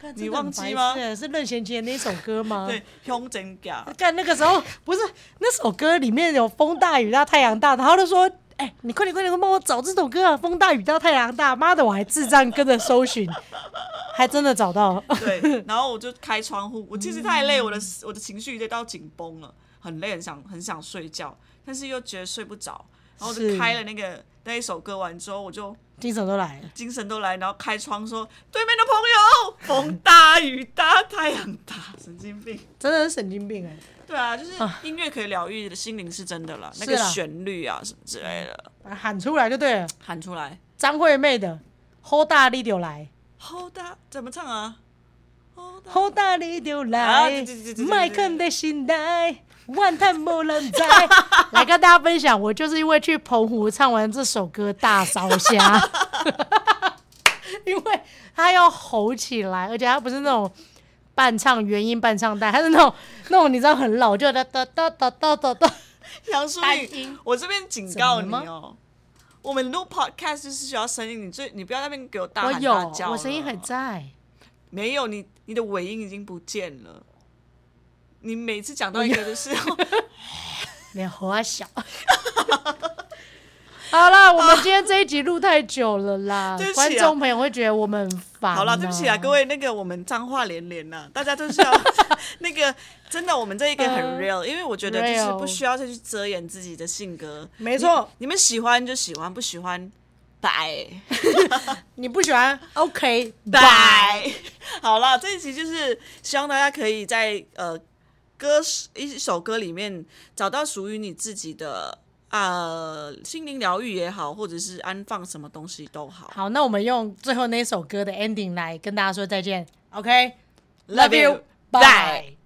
[SPEAKER 1] 干
[SPEAKER 2] 你
[SPEAKER 1] 真的很
[SPEAKER 2] 忘记
[SPEAKER 1] 白痴
[SPEAKER 2] 吗
[SPEAKER 1] 欸是任贤齐的那首歌 吗？
[SPEAKER 2] 对，胸真 假，
[SPEAKER 1] 干那个时候不是那首歌里面有风大雨大太阳大，然后就说：“哎、你快点快点帮我找这首歌啊！风大雨大太阳大。”妈的，我还智障跟着搜寻，还真的找到。
[SPEAKER 2] 对，然后我就开窗户，我其实太累，我的
[SPEAKER 1] 嗯
[SPEAKER 2] 我的情绪已经到紧绷了，很累，很想很想睡觉，但是又觉得睡不着，然后我就是开了那个那一首歌完之后，我就
[SPEAKER 1] 精神都来了，
[SPEAKER 2] 精神都来，然后开窗说对面的朋友，风大雨大太阳大，神经病。
[SPEAKER 1] 真的是神经病哎、
[SPEAKER 2] 对啊，就是音乐可以疗愈的心灵是真的啦，那
[SPEAKER 1] 是
[SPEAKER 2] 个
[SPEAKER 1] 啦
[SPEAKER 2] 旋律啊什么之类的
[SPEAKER 1] 啊喊出来就对了。
[SPEAKER 2] 喊出来，
[SPEAKER 1] 张惠妹的《好大力就来》。
[SPEAKER 2] 好大怎么唱啊？好大
[SPEAKER 1] 好大力就
[SPEAKER 2] 啊
[SPEAKER 1] 来
[SPEAKER 2] 对对对对对，对
[SPEAKER 1] 麦克的心内，万叹无人在。 来跟大家分享，我就是因为去澎湖唱完这首歌大烧 虾，因为他要吼起来，而且他不是那种半唱原音半唱带，他是那种那种你知道很老就哒哒哒哒哒哒哒，
[SPEAKER 2] 杨淑
[SPEAKER 1] 单
[SPEAKER 2] 颖
[SPEAKER 1] 音，
[SPEAKER 2] 我这边警告
[SPEAKER 1] 怎
[SPEAKER 2] 你
[SPEAKER 1] 么了
[SPEAKER 2] 哦，我们录 podcast 就是需要声音，你最你不要在那边给我大
[SPEAKER 1] 我
[SPEAKER 2] 喊大
[SPEAKER 1] 有
[SPEAKER 2] 叫，
[SPEAKER 1] 我声音
[SPEAKER 2] 了
[SPEAKER 1] 还在，
[SPEAKER 2] 没有你，你的尾音已经不见了。你每次讲到一个就是，
[SPEAKER 1] 脸好啊小。 好啦，我们今天这一集录太久了啦，
[SPEAKER 2] 对不起啊
[SPEAKER 1] 观众朋友会觉得我们很烦、
[SPEAKER 2] 好了，对不起啊，各。位，那个我们脏话连连呐、大家就是要 那个真的，我们这一个很
[SPEAKER 1] 嗯
[SPEAKER 2] real，、因为我觉得就是
[SPEAKER 1] real
[SPEAKER 2] 不需要再去遮掩自己的性格。
[SPEAKER 1] 没错
[SPEAKER 2] 你，你们喜欢就喜欢，不喜欢拜
[SPEAKER 1] 你不喜欢，OK，拜。
[SPEAKER 2] 拜。好了，这一集就是希望大家可以在呃歌一首歌里面找到属于你自己的呃心灵疗愈也好，或者是安放什么东西都好。
[SPEAKER 1] 好，那我们用最后那首歌的 ending 来跟大家说再见，OK？Love
[SPEAKER 2] Love you，
[SPEAKER 1] you，bye。